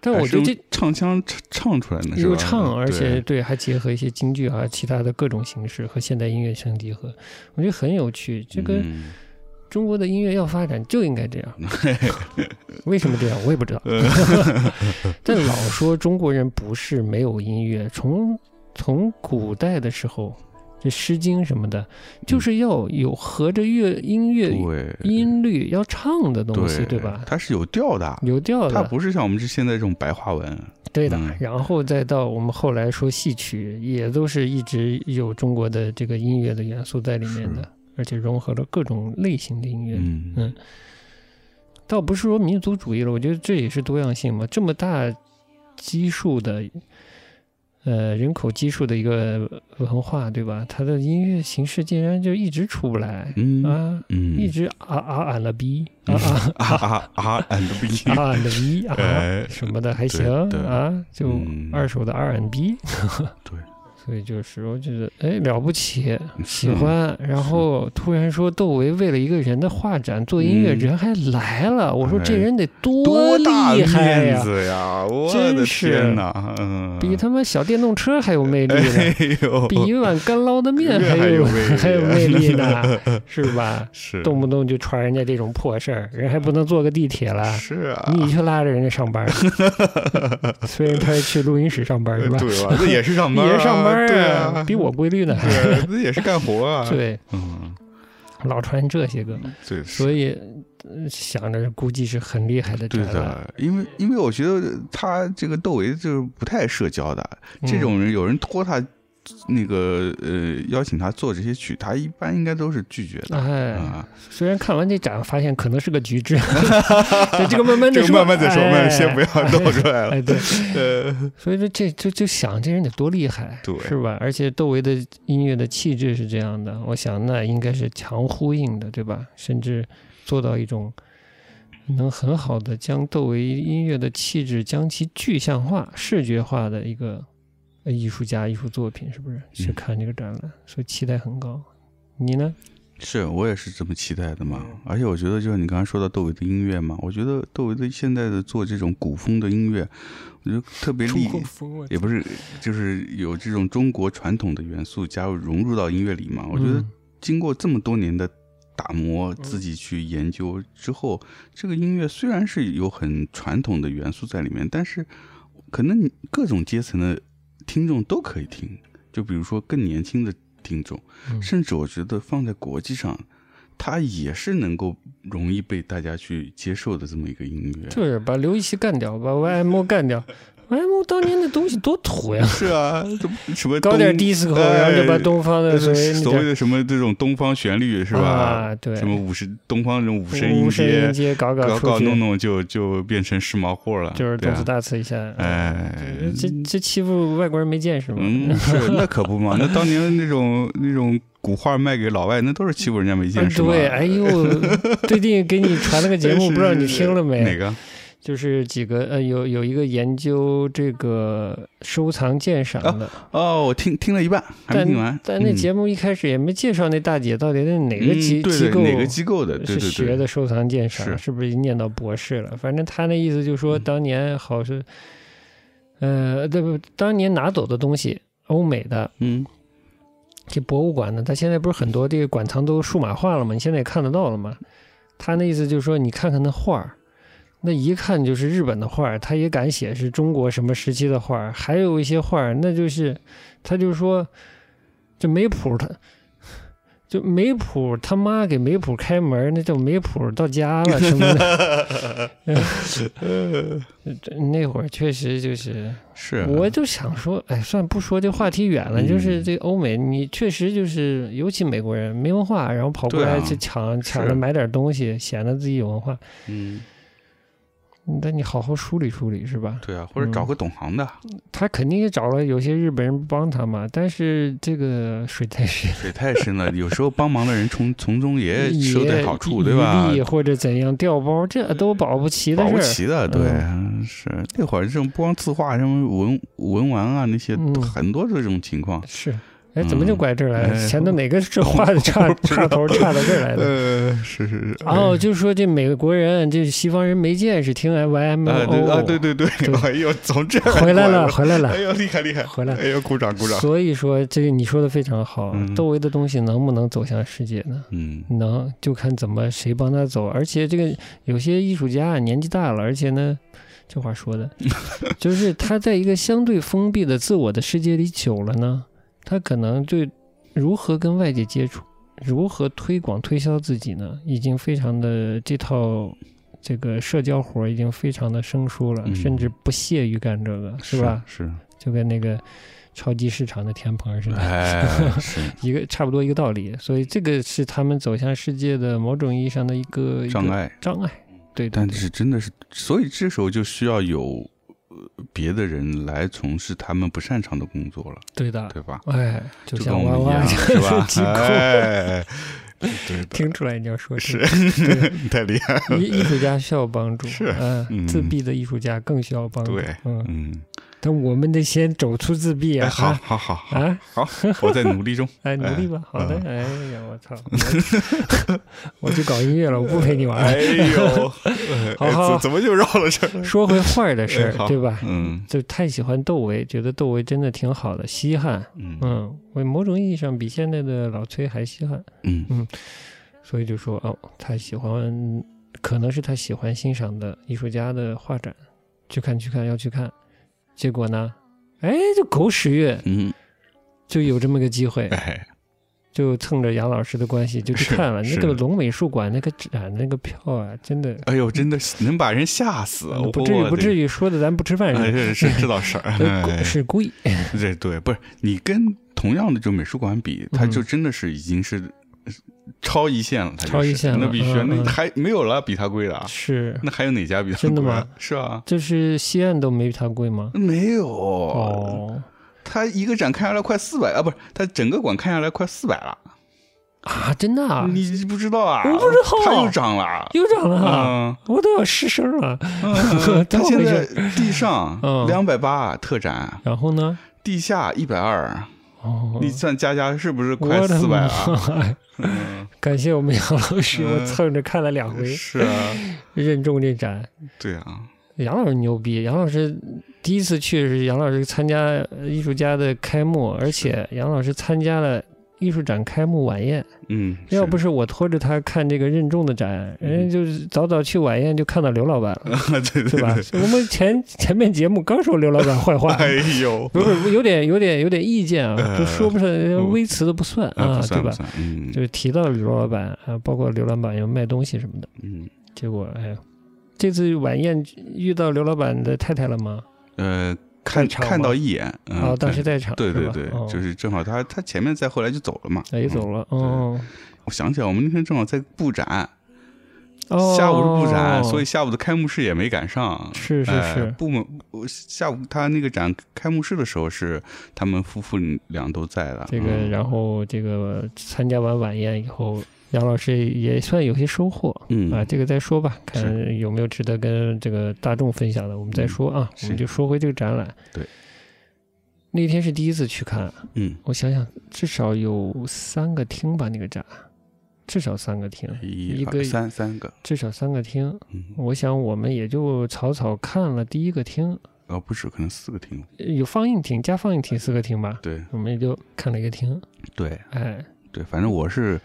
Speaker 2: 但我
Speaker 1: 还
Speaker 2: 觉
Speaker 1: 是
Speaker 2: 得这
Speaker 1: 用唱腔唱唱出来的，是
Speaker 2: 又
Speaker 1: 吧？
Speaker 2: 唱，而且
Speaker 1: 对
Speaker 2: 对还结合一些京剧啊、其他的各种形式和现代音乐相结合，我觉得很有趣。这个
Speaker 1: 嗯
Speaker 2: 中国的音乐要发展就应该这样，为什么这样我也不知道。
Speaker 1: 嗯
Speaker 2: 但老说中国人不是没有音乐，从从古代的时候，这《诗经》什么的，就是要有合着乐音乐
Speaker 1: 嗯对
Speaker 2: 音律要唱的东西，对吧？
Speaker 1: 它是有调的，
Speaker 2: 有调
Speaker 1: 它
Speaker 2: 的，
Speaker 1: 不是像我们这现在这种白话文。
Speaker 2: 对的
Speaker 1: 嗯。
Speaker 2: 然后再到我们后来说戏曲，也都是一直有中国的这个音乐的元素在里面的，而且融合了各种类型的音乐。
Speaker 1: 嗯
Speaker 2: 嗯倒不是说民族主义了，我觉得这也是多样性嘛。这么大基数的，呃人口基数的一个文化，对吧？它的音乐形式竟然就一直出不来、
Speaker 1: 嗯
Speaker 2: 啊，
Speaker 1: 嗯，
Speaker 2: 一直啊啊啊了逼啊 啊
Speaker 1: 啊啊 啊 and B，
Speaker 2: 啊了逼啊
Speaker 1: 哎，
Speaker 2: 什么的
Speaker 1: 对
Speaker 2: 还行
Speaker 1: 对
Speaker 2: 啊，就
Speaker 1: 嗯
Speaker 2: 二手的 R&B，
Speaker 1: 对，
Speaker 2: 所以就是我觉得哎了不起，喜
Speaker 1: 嗯是
Speaker 2: 欢，然后突然说窦唯为了一个人的画展做音乐，
Speaker 1: 嗯
Speaker 2: 人还来了，我说
Speaker 1: 哎
Speaker 2: 这人得
Speaker 1: 多大
Speaker 2: 厉害
Speaker 1: 面
Speaker 2: 呀！
Speaker 1: 子呀！我
Speaker 2: 真
Speaker 1: 的
Speaker 2: 是
Speaker 1: 天哪，嗯，
Speaker 2: 比他妈小电动车还有魅力呢，
Speaker 1: 哎呦，
Speaker 2: 比一碗干捞的面
Speaker 1: 这
Speaker 2: 还
Speaker 1: 还
Speaker 2: 有
Speaker 1: 有魅力啊
Speaker 2: 还有魅力呢， 是吧？
Speaker 1: 是
Speaker 2: 动不动就传人家这种破事儿，人还不能坐个地铁了，
Speaker 1: 是啊，
Speaker 2: 你去拉着人家上班儿， 虽然他是去录音室上班儿是吧？
Speaker 1: 哎对吧？那也是上班
Speaker 2: 也
Speaker 1: 啊，
Speaker 2: 是上班儿
Speaker 1: 对
Speaker 2: 啊，
Speaker 1: 啊，
Speaker 2: 比我规律呢。
Speaker 1: 对，那也是干活 啊，，
Speaker 2: 对，
Speaker 1: 嗯，
Speaker 2: 老传这些个，
Speaker 1: 对，
Speaker 2: 所以呃想着估计是很厉害的
Speaker 1: 对
Speaker 2: 展览。
Speaker 1: 的，因为因为我觉得他这个窦唯就是不太社交的，
Speaker 2: 嗯
Speaker 1: 这种人有人托他那个呃邀请他做这些曲，他一般应该都是拒绝的
Speaker 2: 哎，
Speaker 1: 啊。
Speaker 2: 虽然看完这展发现可能是个局 制，对这个慢慢
Speaker 1: 这
Speaker 2: 的
Speaker 1: 个
Speaker 2: 说，
Speaker 1: 慢慢再说，
Speaker 2: 哎
Speaker 1: 慢慢先不要露出来了。
Speaker 2: 哎，对，
Speaker 1: 呃，
Speaker 2: 所以说这就就想这人得多厉害，
Speaker 1: 对
Speaker 2: 是吧？而且窦唯的音乐的气质是这样的，我想那应该是强呼应的，对吧？甚至做到一种能很好的将窦唯音乐的气质将其具象化、视觉化的一个呃艺术家、艺术作品，是不
Speaker 1: 嗯
Speaker 2: 是？去看这个展览，所以期待很高。你呢？
Speaker 1: 是我也是这么期待的嘛。而且我觉得，就是你刚才说到窦唯的音乐嘛，我觉得窦唯的现在的做这种古风的音乐，我觉得特别厉害。
Speaker 2: 风
Speaker 1: 也不是，就是有这种中国传统的元素加入融入到音乐里嘛。我觉得经过这么多年的打磨，
Speaker 2: 嗯
Speaker 1: 自己去研究之后，这个音乐虽然是有很传统的元素在里面，但是可能你各种阶层的听众都可以听。就比如说更年轻的听众，
Speaker 2: 嗯
Speaker 1: 甚至我觉得放在国际上，它也是能够容易被大家去接受的这么一个音乐。
Speaker 2: 嗯就是把刘禹锡干掉，把 YMO 干掉。YMO 当年的东西多土呀！
Speaker 1: 是啊，怎么什么
Speaker 2: 搞点
Speaker 1: 东
Speaker 2: disco，、
Speaker 1: 哎
Speaker 2: 然后就把东方的
Speaker 1: 就
Speaker 2: 所谓
Speaker 1: 是
Speaker 2: 那
Speaker 1: 所谓
Speaker 2: 种
Speaker 1: 的什么这种东方旋律是吧？
Speaker 2: 啊，对，
Speaker 1: 什么五十东方这种五声
Speaker 2: 无
Speaker 1: 音
Speaker 2: 声音
Speaker 1: 阶，
Speaker 2: 阶搞
Speaker 1: 搞
Speaker 2: 出
Speaker 1: 搞
Speaker 2: 去，
Speaker 1: 弄弄就就变成时髦货了，
Speaker 2: 就是
Speaker 1: 对
Speaker 2: 动
Speaker 1: 啊
Speaker 2: 次打次一下。
Speaker 1: 哎
Speaker 2: 嗯，这这欺负外国人没见识吗？
Speaker 1: 嗯，是 那可不嘛，那当年那种那种古画卖给老外，那都是欺负人家没见识嘛。
Speaker 2: 对，哎呦， 最近给你传了个节目，
Speaker 1: 是
Speaker 2: 不知道你听了没？
Speaker 1: 哪个？
Speaker 2: 就是几个呃，有有一个研究这个收藏鉴赏的，
Speaker 1: 哦，我听听了一半，还没听完。
Speaker 2: 但那
Speaker 1: 嗯
Speaker 2: 节目一开始也没介绍那大姐到底是哪个机
Speaker 1: 嗯对
Speaker 2: 机
Speaker 1: 对
Speaker 2: 构
Speaker 1: 哪个机构的？对
Speaker 2: 是
Speaker 1: 对
Speaker 2: 学
Speaker 1: 对，
Speaker 2: 的收藏鉴赏，
Speaker 1: 是嗯
Speaker 2: 是不是已经念到博士了？反正他那意思就是说，当年好是，呃，对不，当年拿走的东西，欧美的
Speaker 1: 嗯，
Speaker 2: 这博物馆呢，它现在不是很多这个馆藏都数码化了嘛，你现在也看得到了嘛。他那意思就是说，你看看那画儿，那一看就是日本的画儿，他也敢写是中国什么时期的画儿，还有一些画儿，那就是他就是说，这梅普他。就梅普他妈给梅普开门，那叫梅普到家了什么的。 那会儿确实就是，
Speaker 1: 是
Speaker 2: 我就想说，哎，算了不说这话题远了，
Speaker 1: 嗯
Speaker 2: 就是这欧美，你确实就是，尤其美国人没文化，然后跑过
Speaker 1: 对啊
Speaker 2: 来去抢、抢
Speaker 1: 是
Speaker 2: 着买点东西，显得自己有文化。嗯
Speaker 1: 嗯，
Speaker 2: 但你好好梳理梳理是吧？
Speaker 1: 对啊，或者找个懂行的，
Speaker 2: 他肯定也找了有些日本人帮他嘛，但是这个水太深，
Speaker 1: 水太深了，有时候帮忙的人从从中 也
Speaker 2: 也
Speaker 1: 收点好处，对吧
Speaker 2: 一？力或者怎样调包，这都保不齐的
Speaker 1: 保
Speaker 2: 事
Speaker 1: 不
Speaker 2: 儿。嗯
Speaker 1: 齐的，对，是那会儿这种不光字画，什么文文玩啊那些
Speaker 2: 嗯，
Speaker 1: 很多这种情况。
Speaker 2: 是，哎，怎么就
Speaker 1: 嗯
Speaker 2: 拐这儿来了？
Speaker 1: 哎
Speaker 2: 前头哪个这话 的岔岔头岔到这儿来的？
Speaker 1: 呃，是是是
Speaker 2: 哦，就是说这美国人，这西方人没见识，听 YMO，、
Speaker 1: 啊对啊对对对
Speaker 2: 对，
Speaker 1: 哎呦，从这儿
Speaker 2: 哦回 来了，
Speaker 1: 过
Speaker 2: 回来
Speaker 1: 哎
Speaker 2: 了。
Speaker 1: 呦厉害厉 害，
Speaker 2: 回来了
Speaker 1: 哎呦鼓掌鼓掌，
Speaker 2: 所以说，这个你说的非常好
Speaker 1: 嗯，
Speaker 2: 窦唯的东西能不能走向世界呢？
Speaker 1: 嗯
Speaker 2: 能，就看怎么谁帮他走。而且这个有些艺术家啊年纪大了，而且呢， 这话说的，就是他在一个相对封闭的自我的世界里久了呢，他可能对如何跟外界接触、如何推广推销自己呢，已经非常的这套。这个社交活儿已经非常的生疏了，
Speaker 1: 嗯
Speaker 2: 甚至不屑于干这个，是吧？
Speaker 1: 是，
Speaker 2: 就跟那个超级市场的田鹏似的，
Speaker 1: 哎是
Speaker 2: 一个差不多一个道理，所以这个是他们走向世界的某种意义上的一个
Speaker 1: 障
Speaker 2: 一个
Speaker 1: 碍，
Speaker 2: 障碍。对，对
Speaker 1: 但
Speaker 2: 对
Speaker 1: 是真的是，所以这时候就需要有呃别的人来从事他们不擅长的工作了，
Speaker 2: 对的，
Speaker 1: 对吧？
Speaker 2: 哎，
Speaker 1: 就跟
Speaker 2: 像
Speaker 1: 我
Speaker 2: 娃
Speaker 1: 们一
Speaker 2: 娃
Speaker 1: 样，
Speaker 2: 这
Speaker 1: 是
Speaker 2: 样
Speaker 1: 吧
Speaker 2: 的？机构，
Speaker 1: 哎，对 的，
Speaker 2: 听出来你要说这
Speaker 1: 是
Speaker 2: 个
Speaker 1: 你太厉害了。
Speaker 2: 艺艺术家需要帮助，
Speaker 1: 是
Speaker 2: 嗯、
Speaker 1: 嗯
Speaker 2: 自闭的艺术家更需要帮助，
Speaker 1: 对
Speaker 2: 嗯，
Speaker 1: 嗯，
Speaker 2: 但我们得先走出自闭啊，
Speaker 1: 哎，好
Speaker 2: 啊
Speaker 1: 好好好嗯
Speaker 2: 啊，
Speaker 1: 好，我在努力 中。
Speaker 2: 哎，努力吧，好的，哎呀，我操， 我我去搞音乐了，我不陪你玩
Speaker 1: 哎
Speaker 2: 了。
Speaker 1: 呦，
Speaker 2: 啊好好
Speaker 1: 哎怎怎么就绕了这儿？
Speaker 2: 说回画儿的事
Speaker 1: 哎好
Speaker 2: 儿，对吧？
Speaker 1: 嗯
Speaker 2: 就太喜欢窦唯，觉得窦唯真的挺好的，稀罕。
Speaker 1: 嗯
Speaker 2: 嗯，我某种意义上比现在的老崔还稀罕，
Speaker 1: 嗯
Speaker 2: 所以就说哦，他喜欢，可能是他喜欢欣赏的艺术家的画展，去看去看要去看。结果呢，哎，就狗屎运，
Speaker 1: 嗯，
Speaker 2: 就有这么个机会，
Speaker 1: 哎，
Speaker 2: 就蹭着杨老师的关系就去
Speaker 1: 是
Speaker 2: 看了那
Speaker 1: 是
Speaker 2: 个龙美术馆那个展那个票啊，真的
Speaker 1: 哎呦，真的是能把人吓死，啊
Speaker 2: 嗯不至于不至
Speaker 1: 于。
Speaker 2: 于说的咱不吃饭
Speaker 1: 哎，
Speaker 2: 似
Speaker 1: 是是知道事儿，
Speaker 2: 的，
Speaker 1: 哎
Speaker 2: 呃是故意，
Speaker 1: 对对，不是你跟同样的就美术馆比，它就真的是已经是呃超一线了，它就是
Speaker 2: 嗯超一线了
Speaker 1: 那必须，
Speaker 2: 嗯
Speaker 1: 那
Speaker 2: 嗯
Speaker 1: 还没有了比它贵的啊？
Speaker 2: 是
Speaker 1: 那还有哪家比它贵啊
Speaker 2: 真的吗？
Speaker 1: 是啊，
Speaker 2: 就是西岸都没他贵吗？
Speaker 1: 没有，
Speaker 2: 哦，
Speaker 1: 它一个展看下来快四百啊，不是，它整个馆看下来快四百了，
Speaker 2: 啊，真的啊，
Speaker 1: 你不知道啊？
Speaker 2: 我不知道
Speaker 1: 它又涨了。
Speaker 2: 又涨了啊，
Speaker 1: 嗯，
Speaker 2: 我都要失声了。
Speaker 1: 嗯
Speaker 2: 怎
Speaker 1: 它
Speaker 2: 么
Speaker 1: 现
Speaker 2: 回
Speaker 1: 在
Speaker 2: 事
Speaker 1: 地上
Speaker 2: 嗯
Speaker 1: 两百八特展，
Speaker 2: 然后呢？
Speaker 1: 地下一百二，
Speaker 2: 哦，
Speaker 1: 你算加加是不是
Speaker 2: 我
Speaker 1: 快
Speaker 2: 的
Speaker 1: 四百了？
Speaker 2: 妈呀！
Speaker 1: 嗯，
Speaker 2: 感谢我们杨老师，
Speaker 1: 嗯
Speaker 2: 我蹭着看了两 回，
Speaker 1: 是啊，
Speaker 2: 任重这展。
Speaker 1: 对啊，
Speaker 2: 杨老师牛逼！杨老师第一次去是杨老师参加呃艺术家的开幕，而且杨老师参加了艺术展开幕晚宴。
Speaker 1: 嗯，
Speaker 2: 要不
Speaker 1: 是
Speaker 2: 是我拖着他看这个任重的展，
Speaker 1: 嗯
Speaker 2: 人家就是早早去晚宴就看到刘老板了，
Speaker 1: 对
Speaker 2: 对吧？我们前前面节目刚说刘老板坏话，
Speaker 1: 哎 呦，
Speaker 2: 不是有点有点有点意见啊，
Speaker 1: 呃
Speaker 2: 就说不上
Speaker 1: 嗯
Speaker 2: 微词都不算
Speaker 1: 啊，
Speaker 2: 啊
Speaker 1: 不，
Speaker 2: 对
Speaker 1: 算不
Speaker 2: 吧？
Speaker 1: 算，嗯
Speaker 2: 就是提到刘老板啊，包括刘老板有卖东西什么的，
Speaker 1: 嗯，
Speaker 2: 结果哎呀，这次晚宴遇到刘老板的太太了吗？
Speaker 1: 呃，看
Speaker 2: 在场吗
Speaker 1: 看到一眼，嗯
Speaker 2: 哦，当时
Speaker 1: 对
Speaker 2: 在场，
Speaker 1: 对对
Speaker 2: 是吧
Speaker 1: 对，
Speaker 2: 哦
Speaker 1: 就是正好他他前面在，后来就走了嘛，
Speaker 2: 哎
Speaker 1: 嗯。
Speaker 2: 走了，哦
Speaker 1: 我想起来，我们那天正好在布展，
Speaker 2: 哦，
Speaker 1: 下午是布展，所以下午的开幕式也没赶上。
Speaker 2: 是是
Speaker 1: 哎
Speaker 2: 是
Speaker 1: 部门我下午他那个展开幕式的时候是他们夫妇俩都在的。
Speaker 2: 这个，
Speaker 1: 嗯
Speaker 2: 然后这个参加完晚宴以后，杨老师也算有些收获。
Speaker 1: 嗯
Speaker 2: 啊，这个再说吧，看有没有值得跟这个大众分享的，我们再说啊。
Speaker 1: 嗯是
Speaker 2: 我们就说回这个展览。
Speaker 1: 对，
Speaker 2: 那天是第一次去看，
Speaker 1: 嗯，
Speaker 2: 我想想，至少有三个厅吧，那个展，至少三个厅，
Speaker 1: 一
Speaker 2: 一哦
Speaker 1: 二
Speaker 2: 个
Speaker 1: 三三个，
Speaker 2: 至少三个厅。
Speaker 1: 嗯，
Speaker 2: 我想我们也就草草看了第一个厅，
Speaker 1: 哦不止，可能四个厅。
Speaker 2: 呃有放映厅加放映厅四个厅吧，
Speaker 1: 对
Speaker 2: 我们也就看了一个厅。
Speaker 1: 对
Speaker 2: 哎，
Speaker 1: 对，反正我是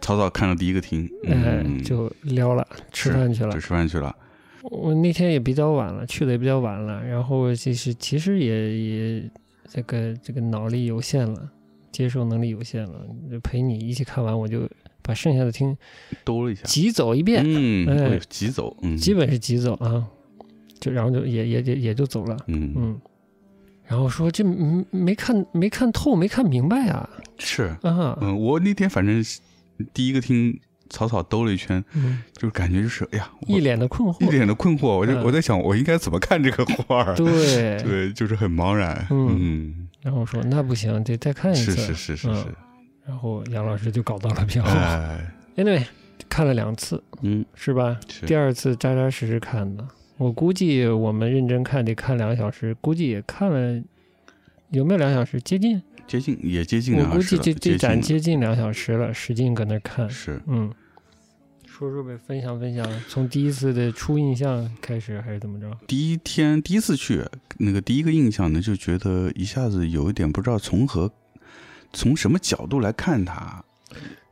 Speaker 1: 草草看了第一个厅，
Speaker 2: 哎
Speaker 1: 嗯，，
Speaker 2: 就撩了，吃饭去了
Speaker 1: 就。吃饭去了。
Speaker 2: 我那天也比较晚了，去的也比较晚了，然后就是其实也也这个这个脑力有限了，接受能力有限了，就陪你一起看完，我就把剩下的听
Speaker 1: 兜了一下，
Speaker 2: 挤走一遍，
Speaker 1: 嗯，
Speaker 2: 哎
Speaker 1: 哎呦急走，嗯，
Speaker 2: 基本是挤走啊，就然后就也也也也就走了，
Speaker 1: 嗯
Speaker 2: 嗯。然后说这没没看没看透没看明白啊
Speaker 1: 是，
Speaker 2: 啊
Speaker 1: 嗯，我那天反正是第一个厅草草兜了一圈，
Speaker 2: 嗯，
Speaker 1: 就是感觉就是哎呀，我
Speaker 2: 一脸的困
Speaker 1: 一
Speaker 2: 惑，
Speaker 1: 脸的困惑，我就
Speaker 2: 嗯
Speaker 1: 我在想我应该怎么看这个画儿，
Speaker 2: 对，
Speaker 1: 对，就是很茫然，嗯
Speaker 2: 嗯，然后我说那不行，得再看一次，
Speaker 1: 是是是是是
Speaker 2: 嗯，然后杨老师就搞到了票，
Speaker 1: 哎，
Speaker 2: Anyway，看了两次
Speaker 1: 嗯，
Speaker 2: 是吧？
Speaker 1: 是
Speaker 2: 第二次扎扎实实看的，我估计我们认真看得看两个小时，估计也看了有没有两小时？接近，
Speaker 1: 接近也接近
Speaker 2: 我
Speaker 1: 两小
Speaker 2: 估
Speaker 1: 时
Speaker 2: 计
Speaker 1: 了，
Speaker 2: 这
Speaker 1: 接
Speaker 2: 这展
Speaker 1: 近
Speaker 2: 接近两小时了，使劲搁那看
Speaker 1: 了，是，
Speaker 2: 嗯。说说呗，分享分享，从第一次的初印象开始，还是怎么着？
Speaker 1: 第一天第一次去，那个第一个印象呢，就觉得一下子有一点不知道从何、从什么角度来看它，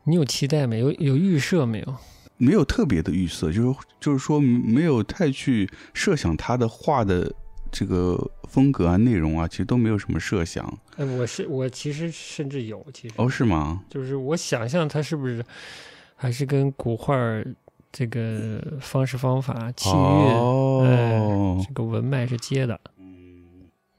Speaker 2: 你有期待没有？有预设没有？
Speaker 1: 没有特别的预设，就是就是说没有太去设想它的画的这个风格啊、内容啊，其实都没有什么设想。
Speaker 2: 哎，我是我其实甚至有，其实
Speaker 1: 哦，是吗？
Speaker 2: 就是我想象它是不是还是跟古画儿这个方式方法、气韵、
Speaker 1: 哦，
Speaker 2: 这个文脉是接的。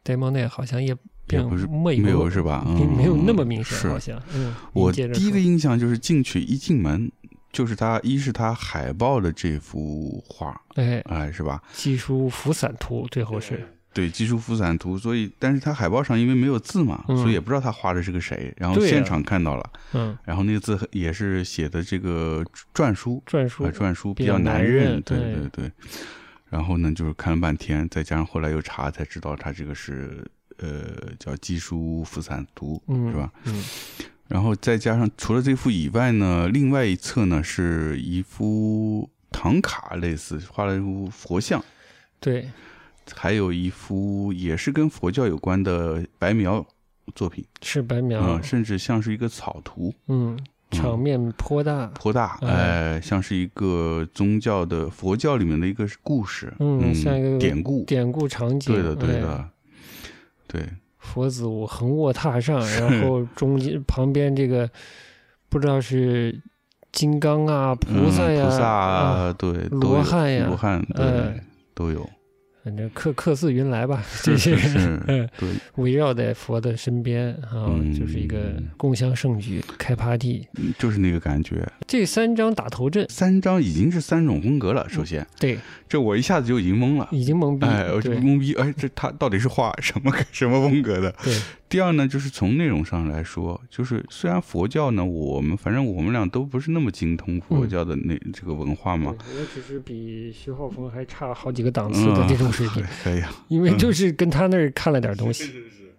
Speaker 2: 戴蒙内好像也并
Speaker 1: 也不是
Speaker 2: 没
Speaker 1: 没有是吧？
Speaker 2: 并没有那么
Speaker 1: 嗯
Speaker 2: 明显，
Speaker 1: 是
Speaker 2: 好像。嗯，
Speaker 1: 我
Speaker 2: 你接着
Speaker 1: 第一个
Speaker 2: 说
Speaker 1: 印象就是进去一进门，就是它一是它海报的这幅画，
Speaker 2: 哎，
Speaker 1: 哎，是吧？
Speaker 2: 技术浮散图最后是
Speaker 1: 对基础副散图，所以但是他海报上因为没有字嘛，
Speaker 2: 嗯
Speaker 1: 所以也不知道他画的是个谁，然后
Speaker 2: 对呀
Speaker 1: 现场看到了，
Speaker 2: 嗯，
Speaker 1: 然后那个字也是写的这个篆书，
Speaker 2: 篆书
Speaker 1: 啊，篆书
Speaker 2: 比
Speaker 1: 比较
Speaker 2: 较
Speaker 1: 难
Speaker 2: 难
Speaker 1: 认，
Speaker 2: 认
Speaker 1: 对
Speaker 2: 对
Speaker 1: 对对。然后呢，就是看了半天，再加上后来又查才知道他这个是呃叫基书扶散图，
Speaker 2: 嗯
Speaker 1: 是吧？？
Speaker 2: 嗯
Speaker 1: 然后再加上除了这幅以外呢，另外一侧呢是一幅唐卡类似画了一幅佛像，
Speaker 2: 对，
Speaker 1: 还有一幅也是跟佛教有关的白描作品
Speaker 2: 是白
Speaker 1: 啊、
Speaker 2: 描，
Speaker 1: 甚至像是一个草图，
Speaker 2: 嗯，场面颇大，
Speaker 1: 颇大，
Speaker 2: 嗯
Speaker 1: 呃，像是一个宗教的佛教里面的一个故事，
Speaker 2: 嗯
Speaker 1: 嗯，
Speaker 2: 像一个
Speaker 1: 典故，
Speaker 2: 典故场景，
Speaker 1: 对的，对
Speaker 2: 哎
Speaker 1: 的，对，
Speaker 2: 佛祖横卧榻上，然后中间旁边这个不知道是金刚啊、菩萨
Speaker 1: 嗯
Speaker 2: 呀、
Speaker 1: 菩萨
Speaker 2: 啊，
Speaker 1: 啊，对，
Speaker 2: 罗
Speaker 1: 都有
Speaker 2: 汉呀
Speaker 1: 罗汉，对
Speaker 2: 嗯，
Speaker 1: 都 有，
Speaker 2: 反正客客似云来吧，这
Speaker 1: 是
Speaker 2: 些
Speaker 1: 是
Speaker 2: 人
Speaker 1: 是，
Speaker 2: 嗯
Speaker 1: 对，
Speaker 2: 围绕在佛的身边啊，
Speaker 1: 嗯
Speaker 2: 就是一个共襄盛举、开 party。
Speaker 1: 嗯就是那个感觉。
Speaker 2: 这三张打头阵，
Speaker 1: 三张已经是三种风格了，首先，
Speaker 2: 对，
Speaker 1: 这我一下子就已经懵了。
Speaker 2: 已经嗯懵逼，
Speaker 1: 哎，我就
Speaker 2: 对
Speaker 1: 懵逼！哎，这他到底是画什么 什么风格的？
Speaker 2: 对，
Speaker 1: 第二呢，就是从内容上来说，就是虽然佛教呢，我们反正我们俩都不是那么精通佛教的那、这个文化嘛，
Speaker 2: 对我只是比徐浩峰还差好几个档次的这种水 平，
Speaker 1: 哎呀，
Speaker 2: 因为就是跟他那儿看了点东西。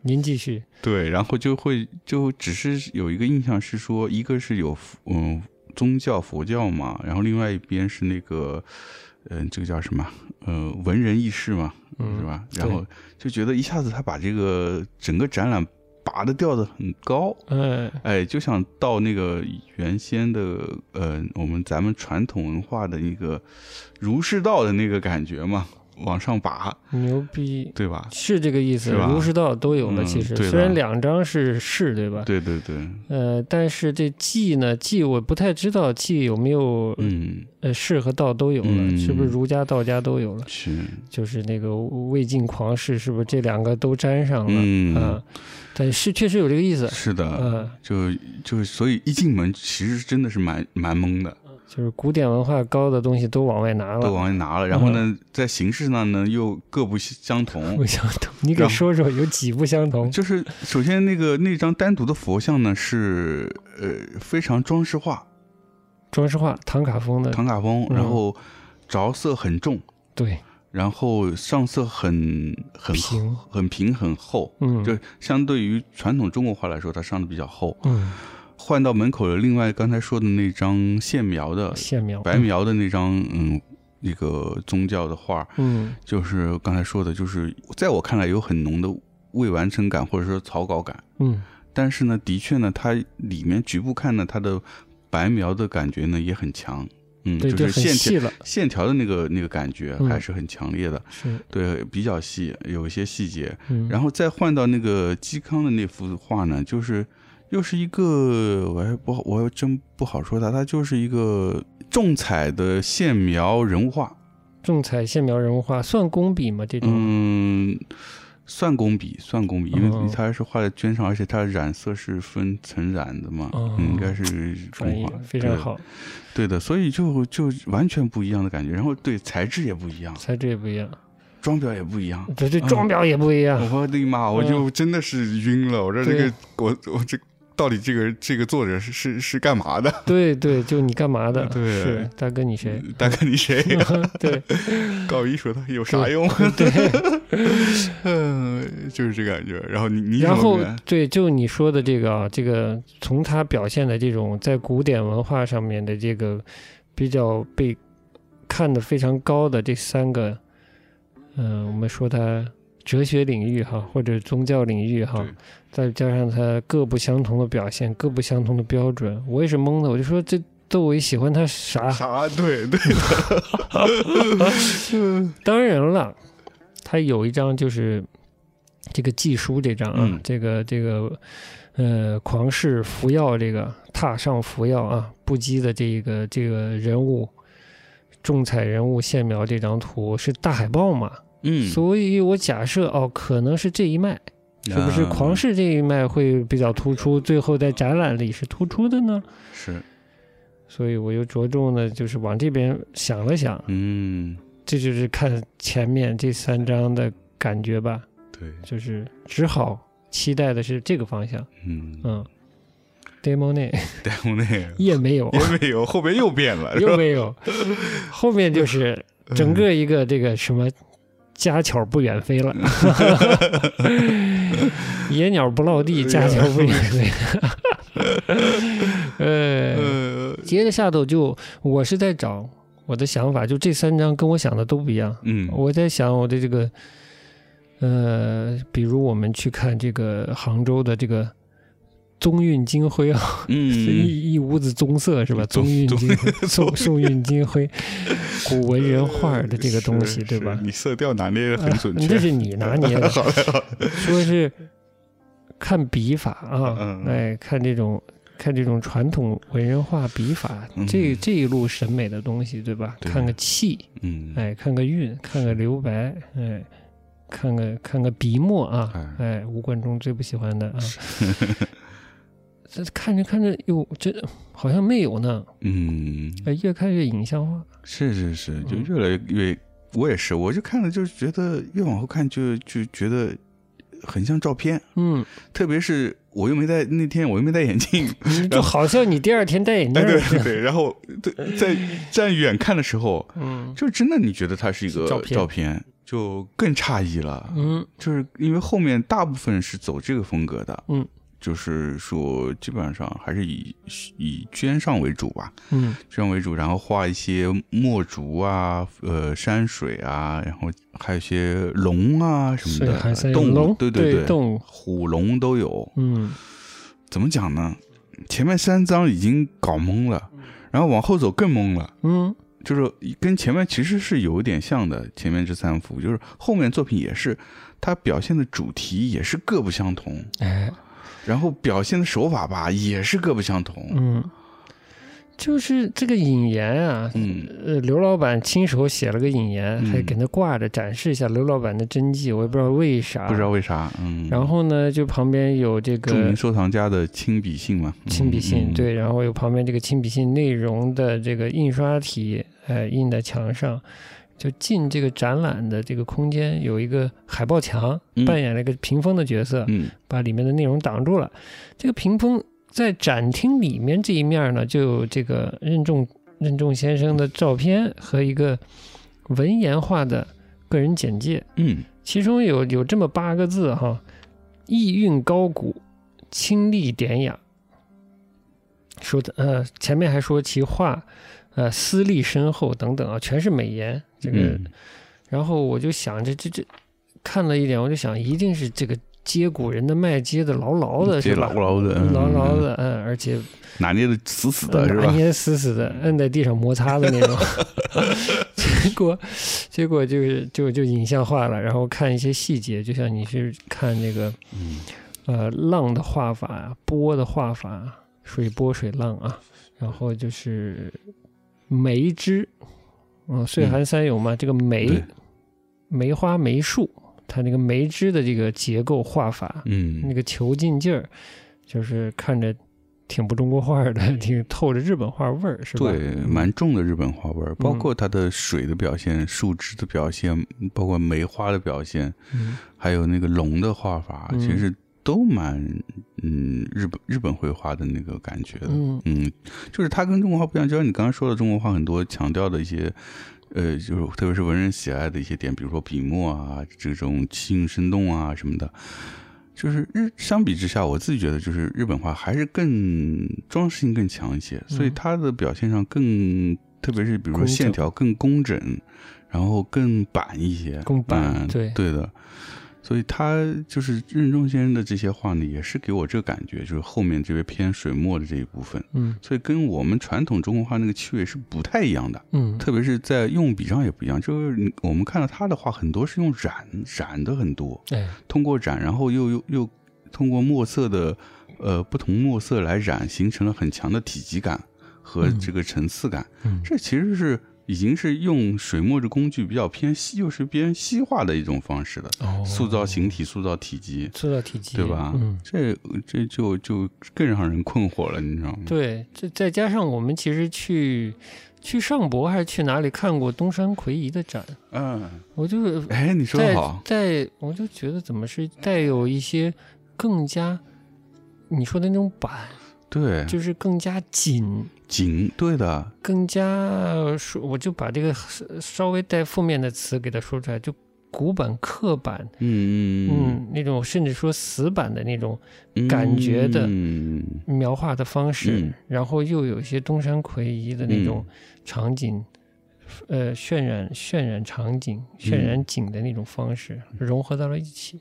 Speaker 2: 您继续，
Speaker 1: 对，然后就会就只是有一个印象是说，一个是有佛嗯宗教佛教嘛，然后另外一边是那个嗯、这个叫什么呃文人意识嘛，
Speaker 2: 嗯，
Speaker 1: 是？吧？
Speaker 2: 对
Speaker 1: 然后就觉得一下子他把这个整个展览拔的调的很高，
Speaker 2: 嗯，
Speaker 1: 哎，就想到那个原先的呃，我们咱们传统文化的一个儒释道的那个感觉嘛，往上拔，
Speaker 2: 牛逼，
Speaker 1: 对吧？
Speaker 2: 是这个意思。
Speaker 1: 是吧
Speaker 2: 儒释道都有了，
Speaker 1: 嗯
Speaker 2: 其实、
Speaker 1: 对的
Speaker 2: 虽然两张是释，对吧？
Speaker 1: 对对对，
Speaker 2: 呃，但是这记呢，记我不太知道记有没有、
Speaker 1: 嗯，
Speaker 2: 呃释和道都有了，
Speaker 1: 嗯
Speaker 2: 是不是儒家、道家都有了？
Speaker 1: 是，
Speaker 2: 就是那个魏晋狂释，是不是这两个都沾上了？
Speaker 1: 嗯
Speaker 2: 啊，但是确实有这个意思。
Speaker 1: 是的，
Speaker 2: 嗯，
Speaker 1: 就就是，所以一进门其实真的是蛮蛮懵的，
Speaker 2: 就是古典文化高的东西都往外拿
Speaker 1: 都
Speaker 2: 了， 嗯
Speaker 1: 往外拿了，然后呢，在形式上呢又各不相同
Speaker 2: 不，相同。你给
Speaker 1: 然后
Speaker 2: 说说有几不相同？
Speaker 1: 就是首先那个那张单独的佛像呢是呃非常装饰化，
Speaker 2: 装饰画，唐卡风的，
Speaker 1: 唐卡风，
Speaker 2: 嗯
Speaker 1: 然后着色很重，
Speaker 2: 对，
Speaker 1: 然后上色很很
Speaker 2: 平，
Speaker 1: 很平很厚，
Speaker 2: 嗯，
Speaker 1: 就相对于传统中国画来说，它上的比较厚。
Speaker 2: 嗯，
Speaker 1: 换到门口的另外刚才说的那张线描的
Speaker 2: 线描，
Speaker 1: 白描的那张，嗯，那个宗教的画，
Speaker 2: 嗯，
Speaker 1: 就是刚才说的，就是在我看来有很浓的未完成感或者说草稿感。
Speaker 2: 嗯
Speaker 1: 但是呢，的确呢，它里面局部看呢，它的白描的感觉呢也很强，嗯，
Speaker 2: 嗯，对，
Speaker 1: 就
Speaker 2: 这
Speaker 1: 是
Speaker 2: 很
Speaker 1: 线条
Speaker 2: 细了，
Speaker 1: 线条的那个那个感觉
Speaker 2: 嗯
Speaker 1: 还是很强烈的，
Speaker 2: 是，
Speaker 1: 对，比较细，有一些细节。
Speaker 2: 嗯，
Speaker 1: 然后再换到那个嵇康的那幅画呢，就是又是一个，我还不好，我还真不好说它，它就是一个重彩的线描人物画，
Speaker 2: 重彩线描人物画算工笔吗？这种，
Speaker 1: 嗯，算工笔，算工笔，因为
Speaker 2: 哦
Speaker 1: 它是画在绢上，而且它染色是分层染的嘛，
Speaker 2: 哦
Speaker 1: 嗯应该是
Speaker 2: 专
Speaker 1: 中
Speaker 2: 业
Speaker 1: 华，
Speaker 2: 非常好，
Speaker 1: 对，对的，所以就就完全不一样的感觉，然后对材质也不一样，
Speaker 2: 材质也不一样，
Speaker 1: 装裱也不一样。
Speaker 2: 对对，装裱也不一样，
Speaker 1: 我的妈！我就真的是晕了，我说这
Speaker 2: 哎对
Speaker 1: 个我我这到底这个这个作者是是是干嘛的？
Speaker 2: 对对，就你干嘛的？
Speaker 1: 对嗯
Speaker 2: 是大哥你谁？
Speaker 1: 大哥你 谁呀？
Speaker 2: 对
Speaker 1: 搞艺术的有啥用？
Speaker 2: 对，
Speaker 1: 嗯， 就是这感觉。然后你你怎
Speaker 2: 然
Speaker 1: 么
Speaker 2: 后
Speaker 1: 看
Speaker 2: 对，就你说的这个啊，这个从他表现的这种在古典文化上面的这个比较被看得非常高的这三个，嗯、我们说他哲学领域哈，或者宗教领域哈
Speaker 1: 对，
Speaker 2: 再加上他各不相同的表现，各不相同的标准，我也是懵的，我就说这窦唯喜欢他啥？
Speaker 1: 啥？对 对
Speaker 2: 当然了，他有一张就是这个寄书这张啊，
Speaker 1: 嗯
Speaker 2: 这个这个呃，狂士服药这个踏上服药啊，不羁的这个这个人物。重彩人物线描这张图是大海报嘛？
Speaker 1: 嗯
Speaker 2: 所以我假设哦，可能是这一脉，是不是狂
Speaker 1: 是
Speaker 2: 士这一脉会比较突出？最后在展览里是突出的呢？
Speaker 1: 是
Speaker 2: 所以我又着重的就是啊往这边想了想，
Speaker 1: 嗯
Speaker 2: 这就是看前面这三张的感觉吧，
Speaker 1: 对，
Speaker 2: 就是只好期待的是这个方向。
Speaker 1: 嗯，
Speaker 2: 嗯，demo 内
Speaker 1: 戴蒙内也
Speaker 2: 也没有，
Speaker 1: 没有，后嗯面又变了，是
Speaker 2: 又
Speaker 1: 吧？
Speaker 2: 没有，后面就是整个一个这个什么家巧不远飞了，野鸟不落地，家巧不远飞。呃，
Speaker 1: 呃，
Speaker 2: 接着下头就我是在找我的想法，就这三张跟我想的都不一样。
Speaker 1: 嗯，
Speaker 2: 我在想我的这个，呃，比如我们去看这个杭州的这个宗运金辉啊，是
Speaker 1: 嗯，
Speaker 2: 一一屋子棕色是吧？
Speaker 1: 棕
Speaker 2: 宗运
Speaker 1: 棕
Speaker 2: 金辉， 宋宋运金辉，古文人画的这个东 西，
Speaker 1: 是
Speaker 2: 对吧
Speaker 1: 是？你色调拿捏的很准
Speaker 2: 啊这
Speaker 1: 确，
Speaker 2: 是你拿捏的，
Speaker 1: 好嘞，好嘞，
Speaker 2: 说是看笔法啊
Speaker 1: 嗯，嗯
Speaker 2: 哎，看这种看这种传统文人画笔法，这
Speaker 1: 嗯
Speaker 2: 这一路审美的东西，对吧？
Speaker 1: 对
Speaker 2: 看个气，
Speaker 1: 嗯，
Speaker 2: 哎，看个韵，看个留白，哎，看个看个笔墨啊，哎，吴冠中最不喜欢的 啊。这看着看着，哟，这好像没有呢。
Speaker 1: 嗯，
Speaker 2: 哎，越看越影像化。
Speaker 1: 是是是，就
Speaker 2: 嗯
Speaker 1: 越来越，我也是，我就看了，就是觉得越往后看就就觉得很像照片，
Speaker 2: 嗯，
Speaker 1: 特别是我又没戴那天我又没戴眼镜，
Speaker 2: 就好像你第二天戴眼镜
Speaker 1: 哎，对
Speaker 2: 儿。
Speaker 1: 对对，然后对在站远看的时候，
Speaker 2: 嗯
Speaker 1: 就真的你觉得它是一个
Speaker 2: 照片
Speaker 1: 就更诧异了，
Speaker 2: 嗯
Speaker 1: 就是因为后面大部分是走这个风格的，
Speaker 2: 嗯。
Speaker 1: 就是说，基本上还是以以绢上为主吧，
Speaker 2: 嗯
Speaker 1: 这样为主，然后画一些墨竹啊，呃，山水啊，然后还有一些龙啊什么
Speaker 2: 水寒山
Speaker 1: 的
Speaker 2: 有
Speaker 1: 动物，
Speaker 2: 龙
Speaker 1: 对
Speaker 2: 对
Speaker 1: 对，
Speaker 2: 动物
Speaker 1: 虎龙都有。
Speaker 2: 嗯
Speaker 1: 怎么讲呢？前面三张已经搞懵了，然后往后走更懵了，
Speaker 2: 嗯
Speaker 1: 就是跟前面其实是有一点像的。前面这三幅就是后面作品也是，它表现的主题也是各不相同，
Speaker 2: 哎
Speaker 1: 然后表现的手法吧也是各不相同。
Speaker 2: 嗯，就是这个引言啊，
Speaker 1: 嗯
Speaker 2: 呃，刘老板亲手写了个引言，
Speaker 1: 嗯
Speaker 2: 还给那挂着，展示一下刘老板的真迹。我也不知道为啥，
Speaker 1: 不知道。为啥，嗯。
Speaker 2: 然后呢，就旁边有这
Speaker 1: 著名
Speaker 2: 个
Speaker 1: 收藏家的亲笔信嘛，嗯
Speaker 2: 亲笔信，
Speaker 1: 嗯
Speaker 2: 对，然后有旁边这个亲笔信内容的这个印刷体，呃，印在墙上。就进这个展览的这个空间，有一个海报墙，
Speaker 1: 嗯
Speaker 2: 扮演了一个屏风的角色，
Speaker 1: 嗯
Speaker 2: 把里面的内容挡住了。这个屏风在展厅里面这一面呢，就有这个任重任重先生的照片和一个文言化的个人简介。
Speaker 1: 嗯
Speaker 2: 其中有有这么八个字哈：意韵高古，清丽典雅。说的呃，前面还说其画，呃，思虑深厚等等啊，全是美言。这个，
Speaker 1: 嗯
Speaker 2: 然后我就想着这这看了一点，我就想一定是这个接古人的脉接的牢牢的，
Speaker 1: 接
Speaker 2: 是
Speaker 1: 牢
Speaker 2: 吧？
Speaker 1: 牢的，嗯
Speaker 2: 牢牢，的，嗯，而且
Speaker 1: 拿捏的死死的，是
Speaker 2: 拿
Speaker 1: 吧？
Speaker 2: 捏嗯死死的，摁在地上摩擦的那 种。 结果，结果就是就就影像化了，然后看一些细节，就像你是看那个
Speaker 1: 嗯
Speaker 2: 呃浪的画法、波的画法、水波水浪啊，然后就是梅枝，嗯，岁寒三友嘛，这个梅
Speaker 1: 对
Speaker 2: 梅花梅树，它那个梅枝的这个结构画法，那
Speaker 1: 嗯
Speaker 2: 个遒劲劲儿，就是看着挺不中国画儿的， 挺透着日本画味儿，是吧？
Speaker 1: 对，
Speaker 2: 嗯
Speaker 1: 蛮重的日本花纹，包括它的水的表现、树枝的表现，包括梅花的表现，
Speaker 2: 嗯
Speaker 1: 还有那个龙的画法，
Speaker 2: 嗯
Speaker 1: 其实都蛮嗯日本日本绘画的那个感觉的。
Speaker 2: 嗯
Speaker 1: 嗯，就是它跟中国画不一样，就像你刚刚说的，中国画很多强调的一些，呃，就是特别是文人喜爱的一些点，比如说笔墨啊，这种气韵生动啊什么的。就是日相比之下，我自己觉得就是日本画还是更装饰性更强一些，所以
Speaker 2: 嗯
Speaker 1: 它的表现上更，特别是比如说
Speaker 2: 工整
Speaker 1: 线条更工整，然后更板一些，
Speaker 2: 更板
Speaker 1: 嗯
Speaker 2: 对
Speaker 1: 对的。所以他就是任重先生的这些画呢，也是给我这个感觉，就是后面这边偏水墨的这一部分，
Speaker 2: 嗯
Speaker 1: 所以跟我们传统中国画那个趣味是不太一样的，
Speaker 2: 嗯，
Speaker 1: 特别是在用笔上也不一样。就是你我们看到他的画，很多是用染染的很多，
Speaker 2: 哎，
Speaker 1: 通过染，然后又又又通过墨色的呃不同墨色来染，形成了很强的体积感和
Speaker 2: 嗯
Speaker 1: 这个层次感。
Speaker 2: 嗯
Speaker 1: 这其实是已经是用水墨这工具比较偏西，又是偏西化的一种方式了，
Speaker 2: 哦
Speaker 1: 塑造形体、塑造体积，
Speaker 2: 塑造体积，
Speaker 1: 对吧？
Speaker 2: 嗯，
Speaker 1: 这这就就更让人困惑了，你知道吗？
Speaker 2: 对，这再加上我们其实去去上博还是去哪里看过东山魁夷的展，
Speaker 1: 嗯，
Speaker 2: 我就
Speaker 1: 哎，你说的
Speaker 2: 在
Speaker 1: 好，
Speaker 2: 在我就觉得怎么是带有一些更加你说的那种板，
Speaker 1: 对，
Speaker 2: 就是更加紧。
Speaker 1: 紧，对的，
Speaker 2: 更加说，我就把这个稍微带负面的词给它说出来，就古板、刻板，
Speaker 1: 嗯嗯
Speaker 2: 嗯，那种甚至说死板的那种
Speaker 1: 嗯，
Speaker 2: 感觉的
Speaker 1: 嗯
Speaker 2: 描画的方式，
Speaker 1: 嗯
Speaker 2: 然后又有一些东山魁夷的那种场景，呃，渲染渲染场景、
Speaker 1: 嗯
Speaker 2: 渲染景的那种方式、融合到了一起，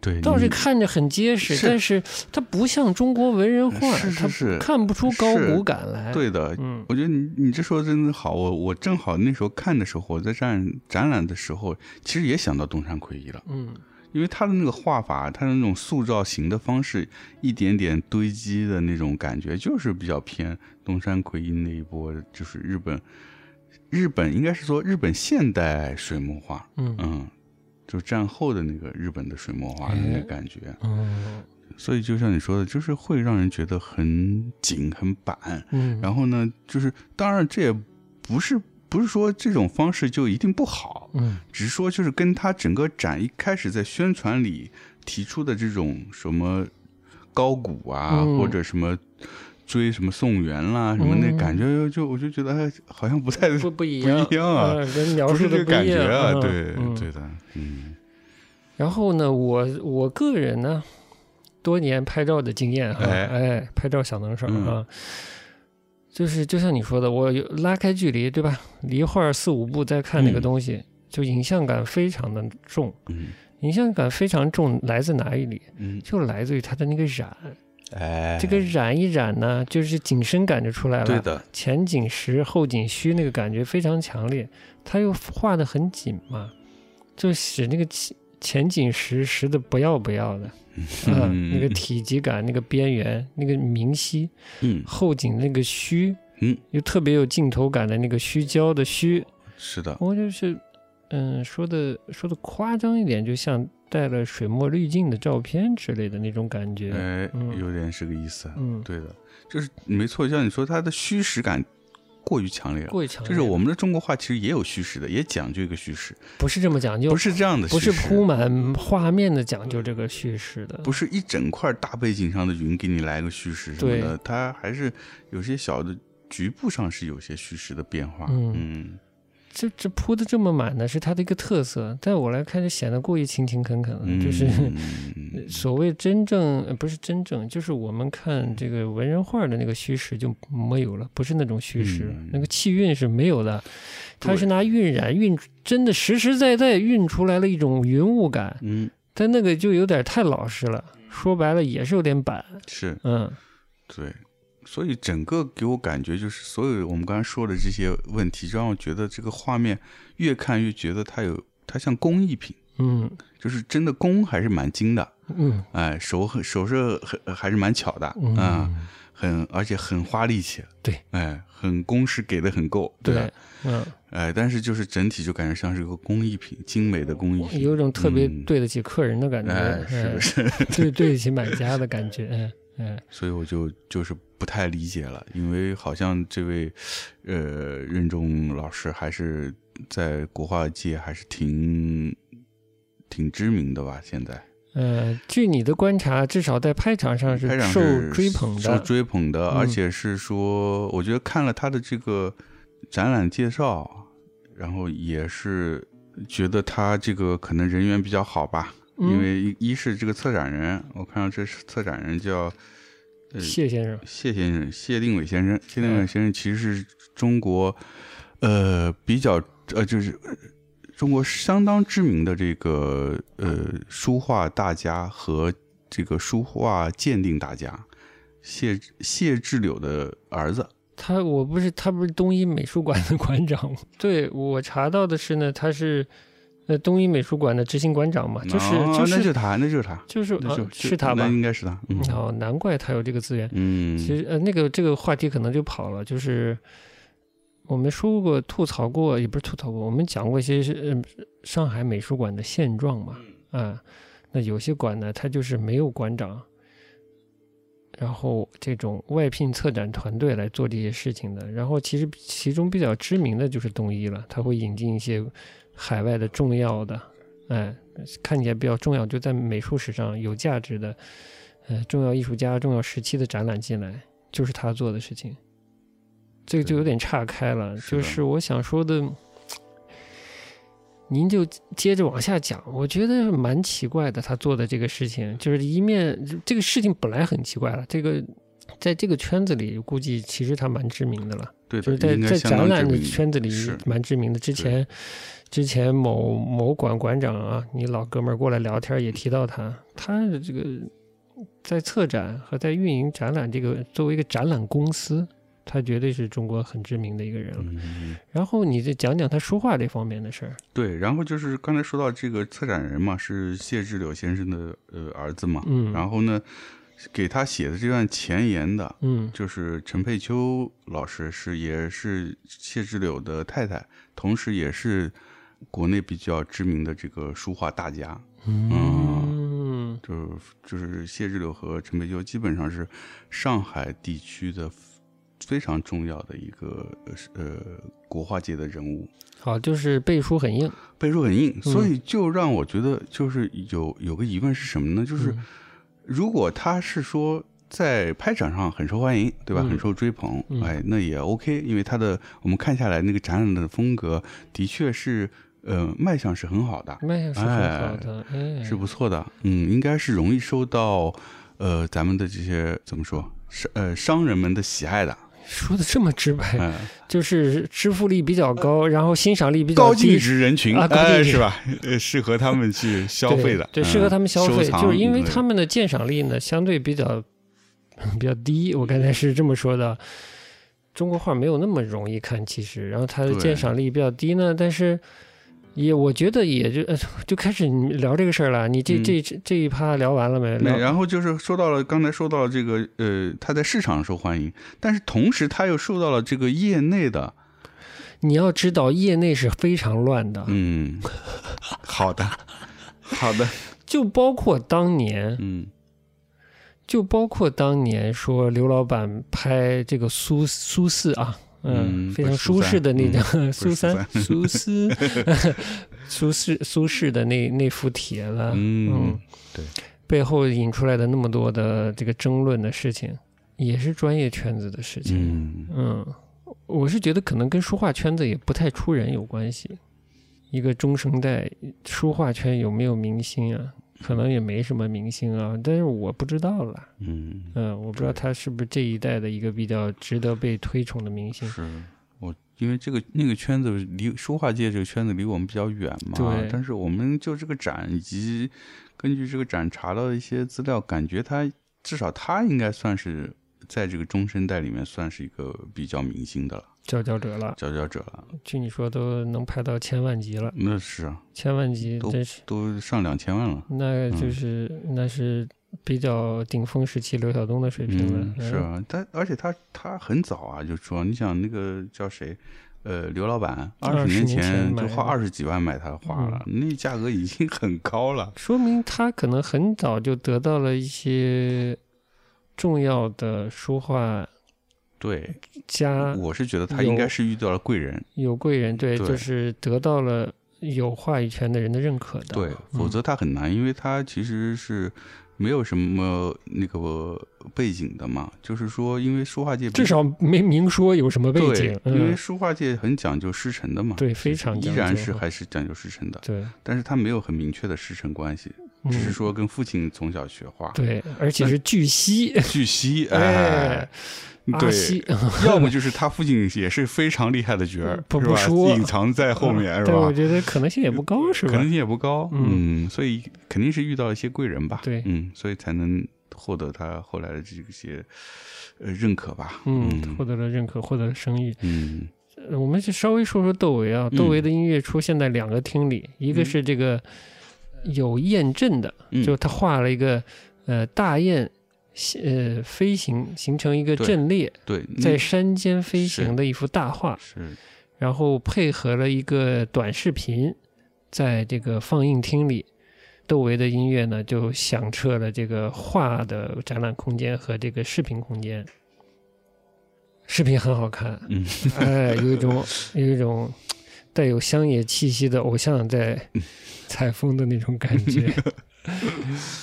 Speaker 1: 对，
Speaker 2: 倒是
Speaker 1: 你
Speaker 2: 看着很结实，
Speaker 1: 嗯是
Speaker 2: 但是它不像中国文人画，
Speaker 1: 是是是
Speaker 2: 它看不出高
Speaker 1: 是
Speaker 2: 古感来。，
Speaker 1: 对的。
Speaker 2: 嗯
Speaker 1: 我觉得你你这说的真的好，我我正好那时候看的时候，我在展展览的时候，其实也想到东山魁夷了，
Speaker 2: 嗯，
Speaker 1: 因为他的那个画法，他的那种塑造型的方式，一点点堆积的那种感觉，就是比较偏东山魁夷那一波，就是日本，日本应该是说日本现代水墨画，
Speaker 2: 嗯
Speaker 1: 嗯，就战后的那个日本的水墨画的那
Speaker 2: 哎
Speaker 1: 个感觉，
Speaker 2: 嗯
Speaker 1: 所以就像你说的，就是会让人觉得很紧很板，
Speaker 2: 嗯，
Speaker 1: 然后呢，就是当然这也不是不是说这种方式就一定不好，
Speaker 2: 嗯
Speaker 1: 只是说就是跟他整个展一开始在宣传里提出的这种什么高古啊，
Speaker 2: 嗯
Speaker 1: 或者什么追什么宋元啦、什么那
Speaker 2: 嗯
Speaker 1: 感觉就我就觉得哎好像不太
Speaker 2: 不不一
Speaker 1: 不
Speaker 2: 样，
Speaker 1: 一样啊
Speaker 2: 呃人描
Speaker 1: 不
Speaker 2: 述
Speaker 1: 是这
Speaker 2: 的
Speaker 1: 个
Speaker 2: 不一样
Speaker 1: 感觉啊，
Speaker 2: 嗯
Speaker 1: 对、
Speaker 2: 嗯
Speaker 1: 对的，嗯
Speaker 2: 然后呢，我我个人呢，多年拍照的经验哈，
Speaker 1: 哎
Speaker 2: 哎，拍照小能手
Speaker 1: 嗯
Speaker 2: 啊，就是就像你说的，我有拉开距离，对吧？离画四五步再看那个
Speaker 1: 嗯
Speaker 2: 东西，就影像感非常的重。
Speaker 1: 嗯
Speaker 2: 影像感非常重，来自哪里？
Speaker 1: 嗯，
Speaker 2: 就来自于它的那个染，
Speaker 1: 哎，
Speaker 2: 这个染一染呢，就是景深感就出来了。
Speaker 1: 对的，
Speaker 2: 前景实后景虚那个感觉非常强烈，它又画的很紧嘛，就使那个前前景实实的不要不 要的，啊，那个体积感、那个边缘、那个明晰，
Speaker 1: 嗯
Speaker 2: 后景那个虚，
Speaker 1: 嗯，
Speaker 2: 又特别有镜头感的那个虚焦的虚，
Speaker 1: 是的，
Speaker 2: 我就是，嗯，说的说的夸张一点，就像带了水墨滤镜的照片之类的那种感觉，
Speaker 1: 哎，
Speaker 2: 嗯
Speaker 1: 有点是个意思，啊
Speaker 2: 嗯，
Speaker 1: 对的，就是没错，像你说它的虚实感过于强烈了。
Speaker 2: 过于强烈
Speaker 1: 就
Speaker 2: 了，
Speaker 1: 是我们的中国画其实也有虚实的，也讲究一个虚实，
Speaker 2: 不是这么讲究，
Speaker 1: 不是这样的
Speaker 2: 不
Speaker 1: 虚
Speaker 2: 是
Speaker 1: 实，
Speaker 2: 铺满画面的讲究这个叙事的，
Speaker 1: 不是一整块大背景上的云给你来个虚实什么的，它还是有些小的局部上是有些虚实的变化。嗯
Speaker 2: 嗯这这铺的这么满呢，是它的一个特色。在我来看，就显得过于勤勤恳恳了。
Speaker 1: 嗯，
Speaker 2: 就是
Speaker 1: 嗯
Speaker 2: 所谓真正呃不是真正，就是我们看这个文人画的那个虚实就没有了，不是那种虚实，
Speaker 1: 嗯
Speaker 2: 那个气韵是没有的。它
Speaker 1: 对
Speaker 2: 是拿晕染晕，真的实实在在晕出来了一种云雾感，
Speaker 1: 嗯
Speaker 2: 但那个就有点太老实了。说白了也是有点板，
Speaker 1: 是
Speaker 2: 嗯
Speaker 1: 对，所以整个给我感觉就是所有我们刚才说的这些问题，就让我觉得这个画面越看越觉得它有它像工艺品，
Speaker 2: 嗯
Speaker 1: 就是真的工还是蛮精的，
Speaker 2: 嗯
Speaker 1: 哎，手很手是很还是蛮巧的，
Speaker 2: 嗯，
Speaker 1: 啊很而且很花力气，
Speaker 2: 对，
Speaker 1: 哎，很工时给的很够，吧
Speaker 2: 对，嗯，
Speaker 1: 哎，但是就是整体就感觉像是个工艺品，精美的工艺品，
Speaker 2: 有一种特别
Speaker 1: 嗯
Speaker 2: 对得起客人的感觉，
Speaker 1: 哎，是
Speaker 2: 哎
Speaker 1: 的，是的，
Speaker 2: 对对得起买家的感觉，嗯嗯
Speaker 1: 所以我就就是不太理解了，因为好像这位呃任重老师还是在国画界还是挺挺知名的吧，现在
Speaker 2: 呃，据你的观察，至少在拍场上
Speaker 1: 开场
Speaker 2: 受
Speaker 1: 是
Speaker 2: 追捧的，
Speaker 1: 受追捧的，
Speaker 2: 嗯
Speaker 1: 而且是说，我觉得看了他的这个展览介绍，然后也是觉得他这个可能人缘比较好吧，
Speaker 2: 嗯
Speaker 1: 因为一一是这个策展人，我看到这是策展人叫呃
Speaker 2: 谢先生，
Speaker 1: 谢先生，谢定伟先生，谢定伟
Speaker 2: 嗯
Speaker 1: 先生其实是中国呃比较呃就是。呃中国相当知名的这个呃书画大家和这个书画鉴定大家，谢谢志柳的儿子，
Speaker 2: 他我不是他不是东一美术馆的馆长吗？ 对我查到的是呢，他是呃东一美术馆的执行馆长嘛，就是
Speaker 1: 哦
Speaker 2: 就
Speaker 1: 那就是他，那就是他，
Speaker 2: 就是
Speaker 1: 那就
Speaker 2: 啊
Speaker 1: 就是
Speaker 2: 他
Speaker 1: 那
Speaker 2: 吧？
Speaker 1: 应该是他，嗯
Speaker 2: 哦，难怪他有这个资源。
Speaker 1: 嗯，
Speaker 2: 其实呃，那个这个话题可能就跑了，就是我们说过、吐槽过，也不是吐槽过，我们讲过一些是、呃、上海美术馆的现状嘛，啊，那有些馆呢，它就是没有馆长，然后这种外聘策展团队来做这些事情的。然后其实其中比较知名的就是东一了，他会引进一些海外的重要的，哎，看起来比较重要，就在美术史上有价值的，呃，重要艺术家、重要时期的展览进来，就是他做的事情。这个就有点岔开了，
Speaker 1: 是
Speaker 2: 就
Speaker 1: 的
Speaker 2: 是我想说的，您就接着往下讲。我觉得蛮奇怪的，他做的这个事情，就是一面这个事情本来很奇怪了，这个在这个圈子里估计其实他蛮知名的了，
Speaker 1: 对
Speaker 2: 就
Speaker 1: 的，
Speaker 2: 是在
Speaker 1: 应该
Speaker 2: 在
Speaker 1: 相
Speaker 2: 展
Speaker 1: 当
Speaker 2: 览
Speaker 1: 知
Speaker 2: 的
Speaker 1: 名
Speaker 2: 圈子里
Speaker 1: 是
Speaker 2: 蛮知名的。之前之前某某馆馆长啊，你老哥们儿过来聊天也提到他，他这个在策展和在运营展览这个作为一个展览公司，他绝对是中国很知名的一个人了。
Speaker 1: 嗯，
Speaker 2: 然后你再讲讲他说话这方面的事儿，
Speaker 1: 对。然后就是刚才说到这个策展人嘛，是谢志柳先生的呃儿子嘛，
Speaker 2: 嗯，
Speaker 1: 然后呢，给他写的这段前言的，
Speaker 2: 嗯
Speaker 1: 就是陈佩秋老师是也是谢志柳的太太，同时也是国内比较知名的这个书画大家，
Speaker 2: 嗯
Speaker 1: 就是就是谢志柳和陈佩秋基本上是上海地区的非常重要的一个呃是呃国画界的人物，
Speaker 2: 好，就是背书很硬，
Speaker 1: 背书很硬，
Speaker 2: 嗯
Speaker 1: 所以就让我觉得就是有有个疑问是什么呢？就是
Speaker 2: 嗯
Speaker 1: 如果他是说在拍展上很受欢迎，对吧？
Speaker 2: 嗯
Speaker 1: 很受追捧，
Speaker 2: 嗯
Speaker 1: 哎，那也 OK，因为他的我们看下来那个展览的风格的确是呃卖相是很好的，
Speaker 2: 那也是很好的，哎，
Speaker 1: 是不错的，嗯，应该是容易受到呃咱们的这些怎么说商呃商人们的喜爱 的，
Speaker 2: 说的这么直白，
Speaker 1: 嗯，
Speaker 2: 就是支付力比较高，然后欣赏力比较
Speaker 1: 高净
Speaker 2: 低，
Speaker 1: 值人群，
Speaker 2: 啊高净值
Speaker 1: 哎，是吧？ 呃，适合他们去消费的，
Speaker 2: 对，
Speaker 1: 嗯
Speaker 2: 对适合他们消
Speaker 1: 收
Speaker 2: 费，
Speaker 1: 藏
Speaker 2: 就是因为
Speaker 1: 对
Speaker 2: 他们的鉴赏力呢相对比较比较低。我刚才是这么说的，中国画没有那么容易看，其实，然后它的
Speaker 1: 对
Speaker 2: 鉴赏力比较低呢，但是。也，我觉得也就、 呃、就开始聊这个事儿了。你这、
Speaker 1: 嗯
Speaker 2: 这这一趴聊完了没？
Speaker 1: 没，
Speaker 2: 聊
Speaker 1: 然后就是说到了刚才说到了这个呃，它在市场上受欢迎，但是同时它又受到了这个业内的
Speaker 2: 你要知道，业内是非常乱的，
Speaker 1: 嗯， 好的，好的，
Speaker 2: 就包括当年，
Speaker 1: 嗯
Speaker 2: 就包括当年说刘老板拍这个苏苏四啊，嗯，
Speaker 1: 嗯
Speaker 2: 非
Speaker 1: 不
Speaker 2: 常
Speaker 1: 是苏嗯
Speaker 2: 舒适的那张、苏
Speaker 1: 是苏
Speaker 2: 三、 苏四、 苏轼、苏轼的那那幅帖子，
Speaker 1: 嗯
Speaker 2: 嗯，背后引出来的那么多的这个争论的事情，也是专业圈子的事情。
Speaker 1: 嗯，
Speaker 2: 嗯，我是觉得可能跟书画圈子也不太出人有关系。一个中生代书画圈有没有明星啊？可能也没什么明星啊，但是我不知道啦。
Speaker 1: 嗯，
Speaker 2: 嗯，我不知道
Speaker 1: 对
Speaker 2: 他是不是这一代的一个比较值得被推崇的明星。
Speaker 1: 是我因为这个那个圈子离书画界这个圈子离我们比较远嘛，
Speaker 2: 对
Speaker 1: 但是我们就这个展以及根据这个展查到的一些资料，感觉他至少他应该算是在这个中生代里面算是一个比较明星的了，
Speaker 2: 佼佼者了，
Speaker 1: 佼佼者了，
Speaker 2: 据你说都能拍到千万级了，
Speaker 1: 那是啊，
Speaker 2: 千万级
Speaker 1: 都嗯
Speaker 2: 真是，
Speaker 1: 都上两千万了。
Speaker 2: 那就是、那是比较顶峰时期刘晓东的水平了。
Speaker 1: 嗯、是啊，但而且他他很早啊，就说你想那个叫谁，呃，刘老板二
Speaker 2: 20
Speaker 1: 十
Speaker 2: 年前
Speaker 1: 前
Speaker 2: 买
Speaker 1: 就
Speaker 2: 的嗯
Speaker 1: 花二十几万买他的画了，那价格已经很高了。
Speaker 2: 说明他可能很早就得到了一些重要的书画
Speaker 1: 对，
Speaker 2: 家
Speaker 1: 我是觉得他
Speaker 2: 呃有
Speaker 1: 应该是遇到了贵人，
Speaker 2: 有贵人，对，
Speaker 1: 对
Speaker 2: 就是得到了有话语权的人的认可的。
Speaker 1: 对，
Speaker 2: 嗯
Speaker 1: 否则他很难，因为他其实是没有什么那个背景的嘛，就是说，因为书画界比
Speaker 2: 至少没明说有什么背
Speaker 1: 对
Speaker 2: 景，，
Speaker 1: 因为
Speaker 2: 嗯，
Speaker 1: 书画界很讲究师承的嘛，
Speaker 2: 对非常
Speaker 1: 依
Speaker 2: 讲
Speaker 1: 然
Speaker 2: 究嗯
Speaker 1: 是还是讲究师承的，
Speaker 2: 对，
Speaker 1: 但是他没有很明确的师承关系，
Speaker 2: 嗯
Speaker 1: 只是说跟父亲从小学画，
Speaker 2: 对，而且是 巨蜥，
Speaker 1: 巨蜥，
Speaker 2: 哎
Speaker 1: 哎，，
Speaker 2: 阿
Speaker 1: 对，
Speaker 2: 西
Speaker 1: 要么就是他父亲也是非常厉害的角儿，
Speaker 2: 不
Speaker 1: 是
Speaker 2: 不
Speaker 1: 吧
Speaker 2: 说
Speaker 1: 隐藏在后面是
Speaker 2: 但我
Speaker 1: 吧？
Speaker 2: 觉得可能性也不高，是
Speaker 1: 可
Speaker 2: 吧
Speaker 1: 能？性也不高，嗯，所以肯定是遇到一些贵人吧，
Speaker 2: 对
Speaker 1: 嗯，所以才能获得他后来的这些呃认可吧，
Speaker 2: 嗯，获
Speaker 1: 嗯
Speaker 2: 得了认可，获得了声誉。
Speaker 1: 嗯
Speaker 2: 呃我们就稍微说说窦唯啊，
Speaker 1: 嗯
Speaker 2: 窦唯的音乐出现在两个厅里，一个是这个有雁阵的，
Speaker 1: 嗯
Speaker 2: 就他画了一个呃大雁呃飞行，形成一个
Speaker 1: 对
Speaker 2: 阵列，
Speaker 1: 对，那
Speaker 2: 在山间飞
Speaker 1: 是
Speaker 2: 行的一幅大画，
Speaker 1: 是
Speaker 2: 然后配合了一个短视频，在这个放映厅里，窦唯的音乐呢就响彻了这个画的展览空间和这个视频空间。视频很好看，
Speaker 1: 嗯，
Speaker 2: 哎，有 一种有一种带有乡野气息的偶像在
Speaker 3: 嗯
Speaker 2: 采风的那种感 觉。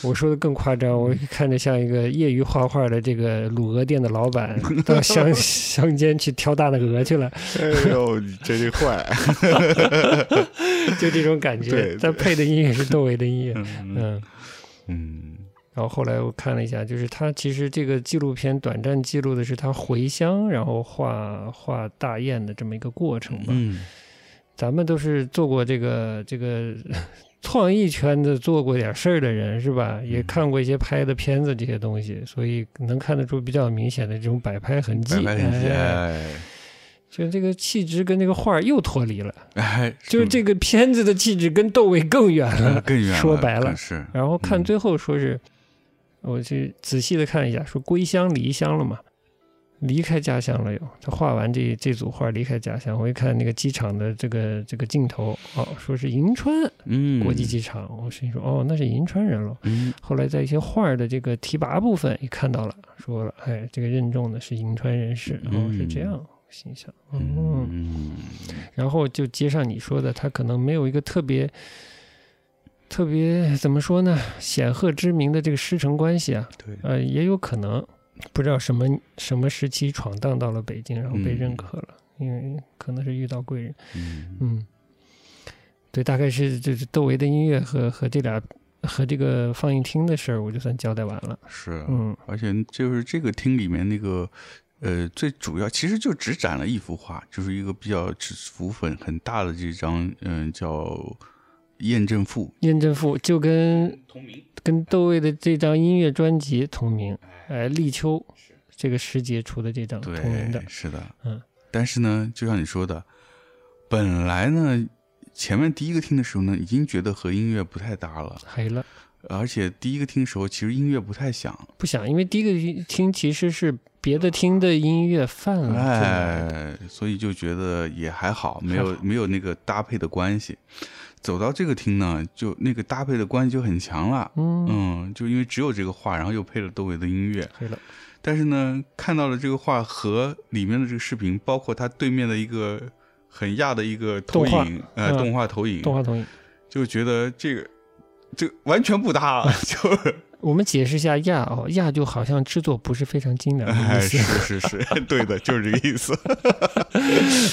Speaker 2: 我说的更夸张，我看着像一个业余画画的这个卤鹅店的老 板到乡乡间去挑大的鹅去了，
Speaker 3: 哎呦，你真是坏！
Speaker 2: 就这种感
Speaker 3: 对
Speaker 2: 觉
Speaker 3: 对。
Speaker 2: 但配的音乐是窦唯的音乐，
Speaker 1: 嗯
Speaker 2: 嗯。
Speaker 1: 嗯
Speaker 2: 然后后来我看了一下，就是他其实这个纪录片短暂记录的是他回乡，然后画画大雁的这么一个过程吧。
Speaker 1: 嗯，
Speaker 2: 咱们都是做过这个这个 创意圈子做过点事儿的人是吧？也
Speaker 1: 嗯
Speaker 2: 看过一些拍的片子这些东西，所以能看得出比较明显的这种摆拍痕迹。
Speaker 1: 拜拜很
Speaker 2: 哎
Speaker 1: 哎
Speaker 2: 就这个气质跟这个画儿又脱离了，
Speaker 1: 哎，
Speaker 2: 就是这个片子的气质跟窦唯更远
Speaker 1: 嗯
Speaker 2: 了。
Speaker 1: 更远了，
Speaker 2: 说白
Speaker 1: 更
Speaker 2: 了
Speaker 1: 是
Speaker 2: 然后看
Speaker 1: 嗯
Speaker 2: 最后说是，我去仔细的看一下，说归乡离乡了嘛，离开家乡了又。他画完这这组画离开家乡，我一看那个机场的这个这个镜头，哦，说是银川
Speaker 1: 嗯
Speaker 2: 国际机场，我心说哦，那是银川人喽。
Speaker 1: 嗯
Speaker 2: 后来在一些画儿的这个提拔部分也看到了，说了，哎，这个认证的是银川人士，哦，是这
Speaker 1: 嗯
Speaker 2: 样。心想，嗯，
Speaker 1: 嗯
Speaker 2: 然后就接上你说的，他可能没有一个特别、特别怎么说呢，显赫知名的这个师承关系啊，
Speaker 1: 对
Speaker 2: 呃，也有可能不知道什么什么时期闯荡到了北京，然后被认可了，因为可能是遇到贵人，
Speaker 1: 嗯
Speaker 2: 嗯，对，大概是就是窦唯的音乐和和这俩和这个放映厅的事儿，我就算交代完了，
Speaker 1: 是
Speaker 2: 嗯，
Speaker 1: 而且就是这个厅里面那个，呃，最主要其实就只展了一幅画，就是一个比较尺幅很很大的这张，嗯、叫《验证赋
Speaker 2: 验证赋就跟》
Speaker 1: 同名。
Speaker 2: 跟窦唯的这张音乐专辑同名，哎，立秋这个时节出的这张同名的
Speaker 1: 对，，是的，
Speaker 2: 嗯。
Speaker 1: 但是呢，就像你说的，本来呢，前面第一个听的时候呢，已经觉得和音乐不太搭了，
Speaker 2: 黑了
Speaker 1: 而且第一个听的时候，其实音乐不太响，
Speaker 2: 不想，因为第一个听其实是别的听的音乐泛了进来嗯的，
Speaker 1: 哎，所以就觉得也还好，没
Speaker 2: 还
Speaker 1: 有
Speaker 2: 好
Speaker 1: 没有那个搭配的关系。走到这个厅呢，就那个搭配的关系就很强了。
Speaker 2: 嗯，
Speaker 1: 嗯，就因为只有这个画，然后又配了窦唯的音乐，
Speaker 2: 黑了，
Speaker 1: 但是呢，看到了这个画和里面的这个视频，包括它对面的一个很亚的一个投
Speaker 2: 动画
Speaker 1: 影，呃，
Speaker 2: 嗯
Speaker 1: 动画投影，
Speaker 2: 动画同意。
Speaker 1: 就觉得这个这个完全不搭，就是
Speaker 2: 我们解释一下亚哦，亚就好像制作不是非常精良的
Speaker 1: 哎，
Speaker 2: 意
Speaker 1: 是
Speaker 2: 思，
Speaker 1: 是是，对的，就是这个意 思。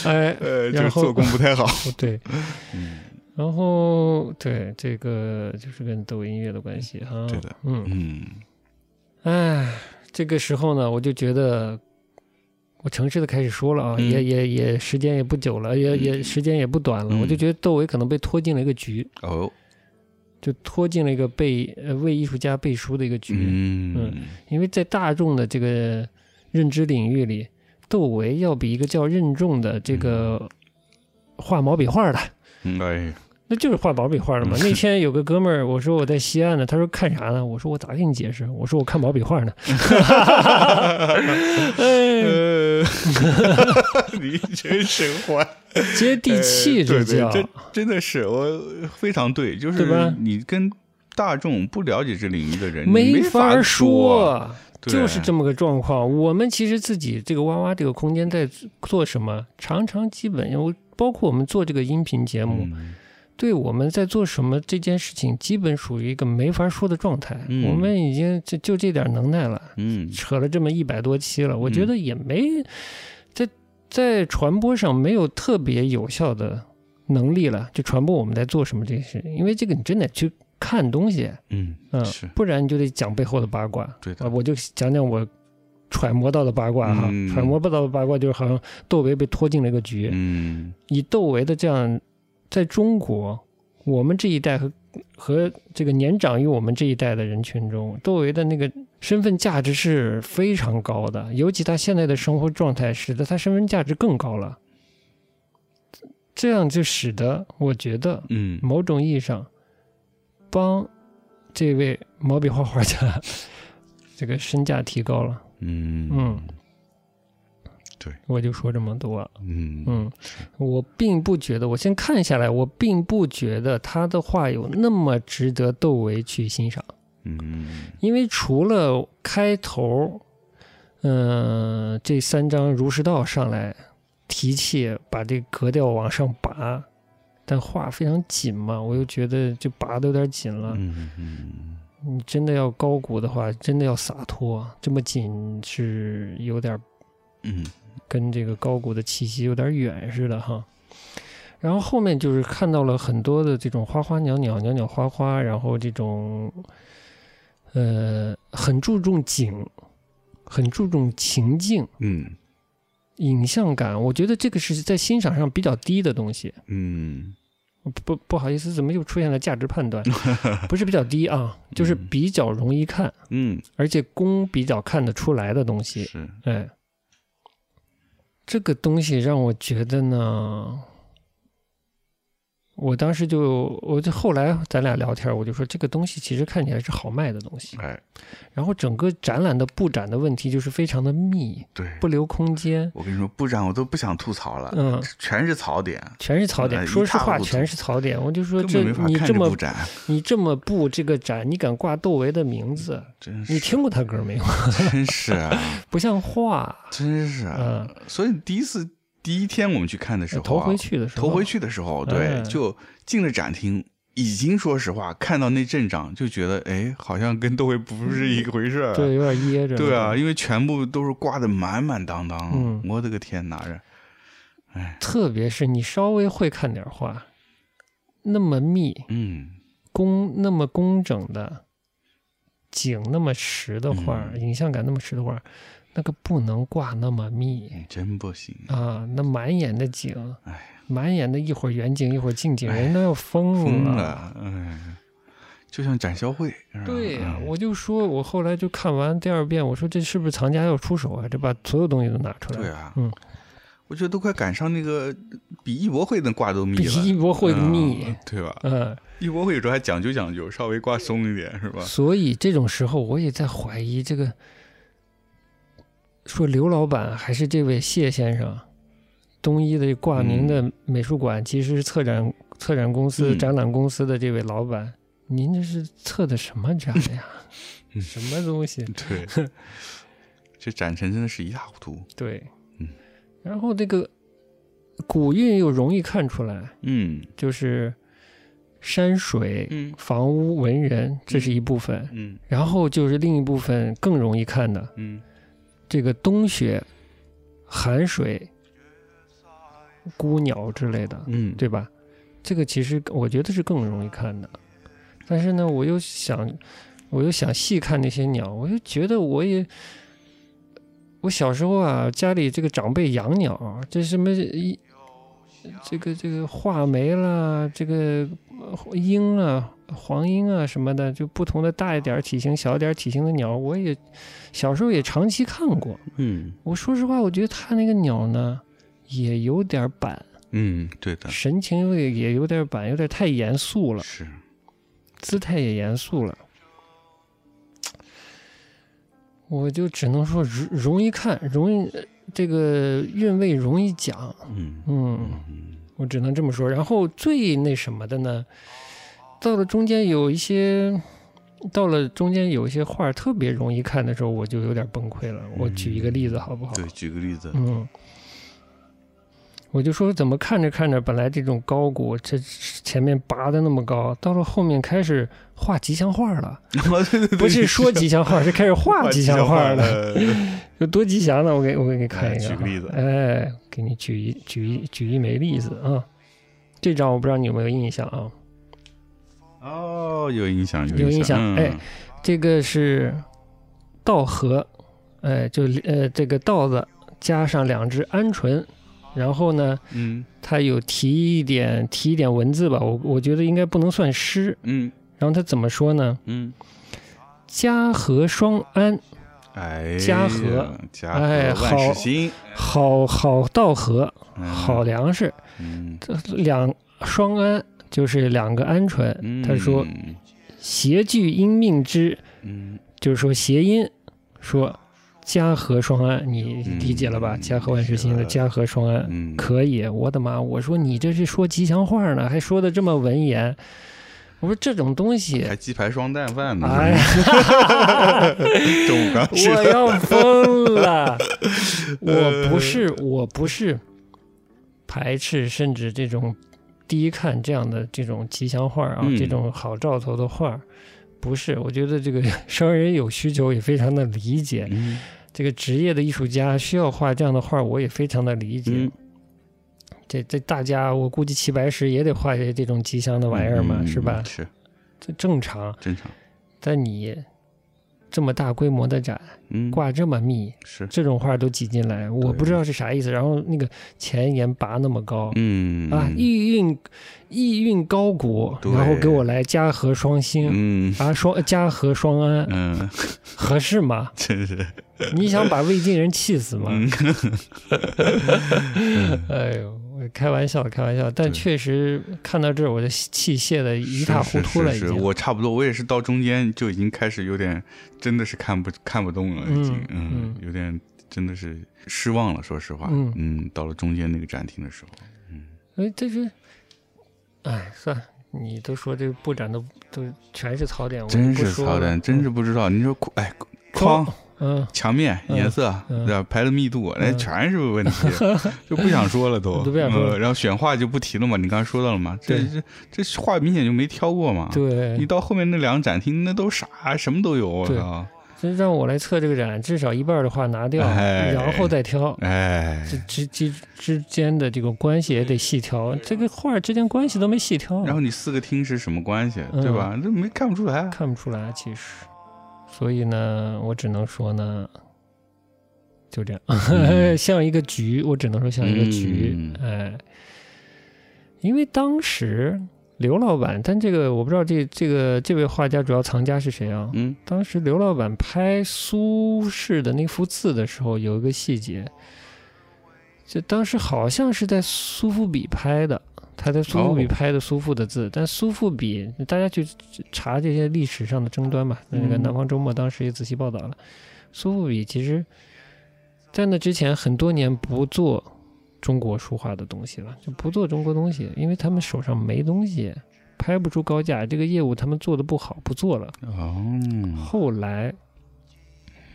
Speaker 2: 哎，
Speaker 1: 呃，就是
Speaker 2: 然后
Speaker 1: 做工不太好。
Speaker 2: 不对，
Speaker 1: 嗯，
Speaker 2: 然后对这个就是跟抖音乐的关系哈，
Speaker 1: 对的，
Speaker 2: 嗯，
Speaker 1: 嗯。
Speaker 2: 唉，这个时候呢，我就觉得，我诚实的开始说了啊，
Speaker 1: 嗯
Speaker 2: 也也也时间也不久了，也也时间也不短了，
Speaker 1: 嗯
Speaker 2: 我就觉得窦唯可能被拖进了一个局，
Speaker 1: 哦，
Speaker 2: 就拖进了一个背呃为艺术家背书的一个局，
Speaker 1: 嗯
Speaker 2: 因为在大众的这个认知领域里，窦唯要比一个叫任重的这个画毛笔画的。
Speaker 1: 嗯，哎，
Speaker 2: 那就是画毛笔画
Speaker 1: 嗯
Speaker 2: 的嘛。那天有个哥们儿，我说我在西安呢，他说看啥呢？我说我咋给你解释？我说我看毛笔 画呢。哎，
Speaker 1: 呃， 你真是坏，
Speaker 2: 接地 气，
Speaker 1: 哎对
Speaker 2: 这
Speaker 1: 对
Speaker 2: 叫，
Speaker 1: 这真的是我非常对，就
Speaker 2: 对吧
Speaker 1: 是你跟大众不了解这领域的人，你
Speaker 2: 没
Speaker 1: 没
Speaker 2: 法
Speaker 1: 说，
Speaker 2: 说，就是这
Speaker 1: 么
Speaker 2: 么个状况。我们其实自己这个哇哇这个空间在做什么，常常基本我包括我们做这个音频节
Speaker 1: 嗯
Speaker 2: 目，对我们在做什么这件事情，基本属于一个没法说的状态。
Speaker 1: 嗯
Speaker 2: 我们已经就就这点能耐了。
Speaker 1: 嗯
Speaker 2: 扯了这么一百多期了，我觉
Speaker 1: 嗯
Speaker 2: 得也没在在传播上没有特别有效的能力了，就传播我们在做什么这些事，因为这个你真得去看东西，
Speaker 1: 嗯
Speaker 2: 嗯
Speaker 1: 是，
Speaker 2: 不然你就得讲背后的八卦。
Speaker 1: 对
Speaker 2: 啊，
Speaker 1: 的，
Speaker 2: 我就讲讲我揣摩到的八卦哈，
Speaker 1: 嗯
Speaker 2: 揣摩不到的八卦就是好像窦唯被拖进了一个局，
Speaker 1: 嗯
Speaker 2: 以窦唯的这样，在中国，我们这一代和和这个年长于我们这一代的人群中，窦唯的那个身份价值是非常高的，尤其他现在的生活状态，使得他身份价值更高了。这样就使得我觉得，
Speaker 1: 嗯
Speaker 2: 某种意义上，帮这位毛笔画画家这个身价提高了。
Speaker 1: 嗯
Speaker 2: 嗯
Speaker 1: 对，
Speaker 2: 我就说这么多。
Speaker 1: 嗯
Speaker 2: 嗯，我并不觉得，我先看下来，我并不觉得他的话有那么值得窦唯去欣赏，
Speaker 1: 嗯
Speaker 2: 因为除了开头，嗯、这三章儒释道上来提气，把这格调往上拔，但话非常紧嘛，我又觉得就拔的有点紧了。
Speaker 1: 嗯嗯
Speaker 2: 你真的要高古的话，真的要洒脱，这么紧是有点
Speaker 1: 嗯
Speaker 2: 跟这个高古的气息有点远似的哈。然后后面就是看到了很多的这种花花鸟鸟、鸟鸟花花，然后这种，呃，很注重景，很注重情境、
Speaker 1: 嗯
Speaker 2: 影像感。我觉得这个是在欣赏上比较低的东西。
Speaker 1: 嗯
Speaker 2: 不不好意思，怎么又出现了价值判断？不是比较低啊，就是
Speaker 1: 嗯
Speaker 2: 比较容易看，
Speaker 1: 嗯，
Speaker 2: 而且功比较看得出来的东西。
Speaker 1: 是，
Speaker 2: 哎，这个东西让我觉得呢，我当时就，我就后来咱俩聊天，我就说这个东西其实看起来是好卖的东西，
Speaker 1: 哎，
Speaker 2: 然后整个展览的布展的问题就是非常的密，
Speaker 1: 对，
Speaker 2: 不留空间，
Speaker 1: 我跟你说，不然我都不想吐槽了，
Speaker 2: 嗯。
Speaker 1: 全是槽点，
Speaker 2: 全是槽
Speaker 1: 啊哎
Speaker 2: 点，
Speaker 1: 一
Speaker 2: 说实
Speaker 1: 塌
Speaker 2: 话，
Speaker 1: 糊涂
Speaker 2: 全是槽点。我就说
Speaker 1: 根
Speaker 2: 这
Speaker 1: 本没法
Speaker 2: 你
Speaker 1: 看
Speaker 2: 这么
Speaker 1: 部展，
Speaker 2: 你这么布这个展，你敢挂窦唯的名字？
Speaker 1: 真
Speaker 2: 你
Speaker 1: 是，
Speaker 2: 听过他歌没有？
Speaker 1: 真是啊，
Speaker 2: 不像话。
Speaker 1: 真是啊。
Speaker 2: 嗯，呃
Speaker 1: 所以第一次第一天我们去看的时候啊，
Speaker 2: 头回去的时候，
Speaker 1: 投回去的时候，对，
Speaker 2: 嗯
Speaker 1: 就进了展厅，已经说实话，看到那阵仗就觉得，哎，好像跟窦唯不是一回事儿。
Speaker 2: 嗯
Speaker 1: 啊
Speaker 2: 对，有点噎着。
Speaker 1: 对啊，，因为全部都是挂的满满当当，
Speaker 2: 嗯
Speaker 1: 我的个天，拿着，
Speaker 2: 特别是你稍微会看点画，那么密、
Speaker 1: 嗯
Speaker 2: 工那么工整的景那么实的画，
Speaker 1: 嗯
Speaker 2: 影像感那么实的画，那个不能挂那么密
Speaker 1: 你真不行，
Speaker 2: 啊！那满眼的景
Speaker 1: 哎，
Speaker 2: 满眼的一会儿远景一会儿近景，
Speaker 1: 哎
Speaker 2: 人都要疯
Speaker 1: 疯
Speaker 2: 了。
Speaker 1: 了，哎，就像展销会，是吧
Speaker 2: 对啊呀、
Speaker 1: 嗯
Speaker 2: 我就说，我后来就看完第二遍，我说这是不是藏家要出手啊？这把所有东西都拿出来
Speaker 1: 对
Speaker 2: 了，
Speaker 1: 啊，
Speaker 2: 嗯，
Speaker 1: 我觉得都快赶上那个比艺博会那挂都密
Speaker 2: 比
Speaker 1: 了，
Speaker 2: 一博会密。
Speaker 1: 嗯对吧？
Speaker 2: 嗯，
Speaker 1: 艺博会有时候还讲究讲究，稍微挂松一点，是 吧？
Speaker 2: 所以这种时候，我也在怀疑这个，说刘老板还是这位谢先生，东一的挂名的美术馆，其实是策展策展公司、
Speaker 1: 嗯
Speaker 2: 展览公司的这位老板，您这是策的什么展呀？
Speaker 1: 嗯
Speaker 2: 什么东西？
Speaker 1: 对，这展陈真的是一塌糊涂。
Speaker 2: 对，
Speaker 1: 嗯
Speaker 2: 然后这个古韵又容易看出来，
Speaker 1: 嗯
Speaker 2: 就是山水、
Speaker 1: 嗯
Speaker 2: 房屋、文人，这是一部分。
Speaker 1: 嗯
Speaker 2: 然后就是另一部分更容易看的，
Speaker 1: 嗯
Speaker 2: 这个冬雪、寒水、孤鸟之类的，
Speaker 1: 嗯，
Speaker 2: 对吧？这个其实我觉得是更容易看的，但是呢，我又想，我又想细看那些鸟，我又觉得我也，我小时候啊，家里这个长辈养鸟，这什么一。这个这个画眉啦，这个呃鹰啊、黄莺啊什么的，就不同的大一点儿体型、小一点儿体型的鸟，我也小时候也长期看过。
Speaker 1: 嗯
Speaker 2: 我说实话，我觉得他那个鸟呢，也有点儿板，
Speaker 1: 嗯，对的，
Speaker 2: 神情也也有点儿板，有点太严肃了，
Speaker 1: 是，
Speaker 2: 姿态也严肃了。我就只能说容容易看，容易呃这个韵味容易讲，
Speaker 1: 嗯
Speaker 2: 嗯，
Speaker 1: 嗯
Speaker 2: 我只能这么说。然后最那什么的呢，到了中间有一些，到了中间有一些画儿特别容易看的时候，我就有点崩溃了。我举一个例子好不好？
Speaker 1: 对，举个例子，
Speaker 2: 嗯，我就说怎么看着看着，本来这种高古，这前面拔的那么高，到了后面开始画吉祥画了，
Speaker 1: 哦
Speaker 2: 不是说吉祥画，是开始画吉祥画了，
Speaker 1: 了，
Speaker 2: 有多吉祥呢？我给我给你看一个啊，
Speaker 1: 哎举个例子
Speaker 2: 哎，给你举一举一举一枚例子啊。这张我不知道你有没有印象啊？
Speaker 1: 哦，有印象，
Speaker 2: 有印
Speaker 1: 印
Speaker 2: 象
Speaker 1: 嗯
Speaker 2: 哎这个是稻禾，哎，就呃这个稻子加上两只鹌鹑，然后呢，
Speaker 1: 嗯
Speaker 2: 他有提一点提一点文字吧，我我觉得应该不能算诗。
Speaker 1: 嗯
Speaker 2: 然后他怎么说呢？
Speaker 1: 嗯，
Speaker 2: 家和双安，
Speaker 1: 哎，
Speaker 2: 嘉禾，
Speaker 1: 嘉
Speaker 2: 哎
Speaker 1: 禾，万
Speaker 2: 好
Speaker 1: 事兴，
Speaker 2: 好好稻禾，
Speaker 1: 嗯
Speaker 2: 好，粮食。
Speaker 1: 嗯
Speaker 2: 这两双安就是两个鹌鹑。
Speaker 1: 嗯，
Speaker 2: 他说：“谐句因命之，
Speaker 1: 嗯，
Speaker 2: 就是说谐音。说家和双安，你理解了吧？
Speaker 1: 嗯
Speaker 2: 家和万事兴的
Speaker 3: 是
Speaker 2: 家和双安，
Speaker 1: 嗯，
Speaker 2: 可以，我的妈！我说你这是说吉祥话呢，还说的这么文言。我说这种东西
Speaker 1: 还，鸡排双蛋饭呢，
Speaker 2: 哎呀，
Speaker 1: 中午刚吃
Speaker 2: 我
Speaker 1: 的，呃
Speaker 2: 要 疯了！我不是，我不是排斥，甚至这种低看这样的这种吉祥话啊，
Speaker 1: 嗯
Speaker 2: 这种好兆头的话，不是。我觉得这个 商人有需求，也非常的理解。
Speaker 1: 嗯
Speaker 2: 这个职业的艺术家需要画这样的画，我也非常的理解。
Speaker 1: 嗯
Speaker 2: 这这大家，我估计齐白石也得画些这种吉祥的玩意儿嘛，
Speaker 1: 嗯
Speaker 2: 是吧？
Speaker 1: 是
Speaker 2: 这正常。
Speaker 1: 正常，
Speaker 2: 但你这么大规模的展，
Speaker 1: 嗯，
Speaker 2: 挂这么密，
Speaker 1: 是，
Speaker 2: 这种话都挤进来，我不知道是啥意思。然后那个前言拔那么高、
Speaker 1: 嗯
Speaker 2: 啊，意韵意韵高古，
Speaker 1: 对
Speaker 2: 然后给我来家和双兴、
Speaker 1: 嗯
Speaker 2: 啊，双家和双安，
Speaker 1: 嗯，？
Speaker 2: 合适吗
Speaker 1: 真是，
Speaker 2: 你想把魏晋人气死吗？
Speaker 1: 嗯
Speaker 2: 哎呦，我开玩笑开玩笑，但
Speaker 1: 对
Speaker 2: 确实看到这儿我就气泄的 一塌糊涂了，已
Speaker 1: 是是
Speaker 2: 经。
Speaker 1: 是是我差不多，我也是到中间就已经开始有点，真的是看不看不动了，已经，
Speaker 2: 嗯
Speaker 1: 嗯，有点真的是失望了，说实话，
Speaker 2: 嗯
Speaker 1: 嗯，到了中间那个展厅的时候，
Speaker 2: 哎，这是，哎，算了，你都说这个布展都都全是槽点，我就
Speaker 1: 真
Speaker 2: 不
Speaker 1: 是
Speaker 2: 说
Speaker 1: 操
Speaker 2: 了嗯
Speaker 1: 蛋，真是不知道，你说框，哎，
Speaker 2: 框
Speaker 1: 框。
Speaker 2: 嗯。
Speaker 1: 墙面
Speaker 2: 嗯
Speaker 1: 颜色，
Speaker 2: 嗯
Speaker 1: 对吧？排的密度，那
Speaker 2: 嗯
Speaker 1: 全是问 题，就不想说了都，
Speaker 2: 都不想说了
Speaker 1: 呃然后选画就不提了嘛，你刚刚说到了嘛，这
Speaker 2: 对
Speaker 1: 这这画明显就没挑过嘛。，
Speaker 2: 对，
Speaker 1: 你到后面那两个展厅，那都啥什么都有，我
Speaker 2: 对
Speaker 1: 靠！
Speaker 2: 这让我来测这个展，至少一半儿的话拿掉，
Speaker 1: 哎
Speaker 2: 然后再挑。
Speaker 1: 哎，
Speaker 2: 这之之之间的这个关系也得细挑，这个画儿之间关系都没细挑，
Speaker 1: 然后你四个厅是什么关系，
Speaker 2: 嗯
Speaker 1: 对吧？这没看不出 来啊。
Speaker 2: 看不出来其实。所以呢，我只能说呢，就这样，
Speaker 1: 嗯
Speaker 2: 呃像一个局，我只能说像一个局，哎，因为当时刘老板，但这个我不知道这这个这位画家主要藏家是谁啊？
Speaker 1: 嗯
Speaker 2: 当时刘老板拍苏轼的那幅字的时候，有一个细节，就当时好像是在苏富比拍的，他在苏富比
Speaker 1: 哦
Speaker 2: 拍的苏复的字，但苏富比大家去查这些历史上的争端吧，那个《
Speaker 1: 嗯
Speaker 2: 南方周末》当时也仔细报道了，苏富比其实在那之前很多年不做中国书画的东西了，就不做中国东西，因为他们手上没东西。拍不出高价，这个业务他们做的不好，不做了。
Speaker 1: 嗯哦，
Speaker 2: 后来，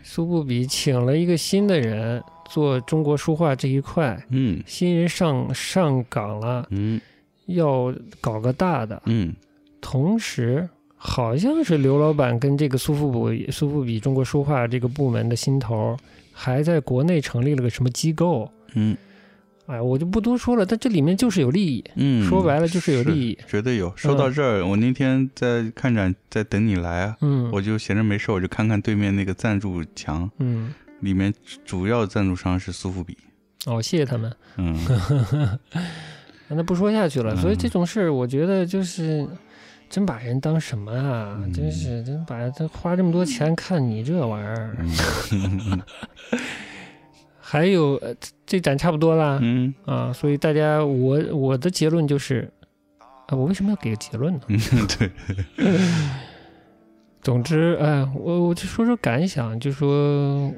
Speaker 2: 苏富比请了一个新的人做中国书画这一块，
Speaker 1: 嗯
Speaker 2: 新人上上岗了，
Speaker 1: 嗯
Speaker 2: 要搞个大的。
Speaker 1: 嗯
Speaker 2: 同时，好像是刘老板跟这个苏富比苏富比中国书画这个部门的心头，还在国内成立了个什么机构。
Speaker 1: 嗯
Speaker 2: 哎，我就不多说了，但这里面就是有利益，
Speaker 1: 嗯，
Speaker 2: 说白了就是有利益。嗯
Speaker 1: 绝对有。说到这儿，我那天在看展，在等你来啊，
Speaker 2: 嗯，
Speaker 1: 我就闲着没事，我就看看对面那个赞助墙，
Speaker 2: 嗯，
Speaker 1: 里面主要赞助商是苏富比。
Speaker 2: 哦，谢谢他们。
Speaker 1: 嗯，
Speaker 2: 那不说下去了。所以
Speaker 1: 嗯
Speaker 2: 这种事儿，我觉得就是真把人当什么啊？
Speaker 1: 嗯
Speaker 2: 真是真把他花这么多钱看你这玩意儿。
Speaker 1: 嗯
Speaker 2: 还有呃这这展差不多啦、
Speaker 1: 嗯
Speaker 2: 啊，所以大家我我的结论就是，啊，我为什么要给个结论呢？
Speaker 1: 嗯，对，
Speaker 2: 总之，哎，我我就说说感想，就说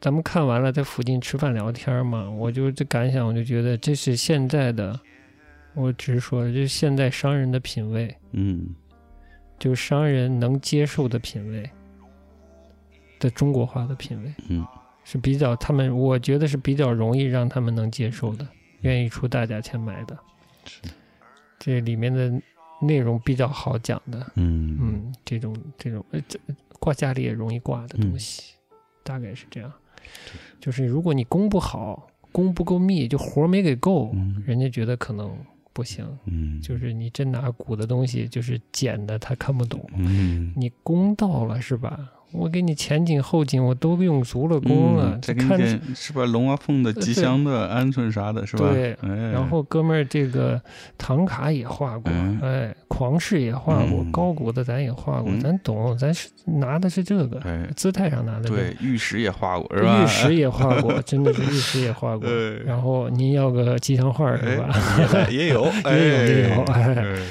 Speaker 2: 咱们看完了，在附近吃饭聊天嘛，我就这感想，我就觉得这是现在的，我直说，这是现在商人的品味。
Speaker 1: 嗯
Speaker 2: 就是商人能接受的品味的中国化的品味，
Speaker 1: 嗯，
Speaker 2: 是比较他们，我觉得是比较容易让他们能接受的，愿意出大价钱买的。这里面的内容比较好讲的，
Speaker 1: 嗯嗯
Speaker 2: 嗯，这种这种呃，这挂家里也容易挂的
Speaker 1: 嗯
Speaker 2: 东西，大概是这样。就是如果你工不好，工不够密，就活儿没给够，
Speaker 1: 嗯
Speaker 2: 人家觉得可能不行。
Speaker 1: 嗯，
Speaker 2: 就是你真拿古的东西，就是简的，他看不懂。
Speaker 1: 嗯。
Speaker 2: 你公道了是吧？我给你前紧后紧我都用足了功了，
Speaker 1: 嗯
Speaker 2: 这
Speaker 1: 再给你
Speaker 2: 看着
Speaker 1: 点是吧？龙啊凤的、吉祥的、鹌鹑啥的，是吧？
Speaker 2: 对
Speaker 1: 哎，
Speaker 2: 然后哥们儿这个唐卡也画过，
Speaker 1: 嗯
Speaker 2: 哎，狂士也画过，
Speaker 1: 嗯
Speaker 2: 高古的咱也画过，
Speaker 1: 嗯
Speaker 2: 咱懂，咱是拿的是这个，
Speaker 1: 哎，
Speaker 2: 姿态上拿的这个。
Speaker 1: 对，玉石也画过是吧？嗯
Speaker 2: 玉石也 画过，真的是玉石也画过。
Speaker 1: 对
Speaker 2: 然后您要个吉祥画儿是吧？
Speaker 1: 哎也有，也有，
Speaker 2: 也有也有
Speaker 1: 哎
Speaker 2: 哎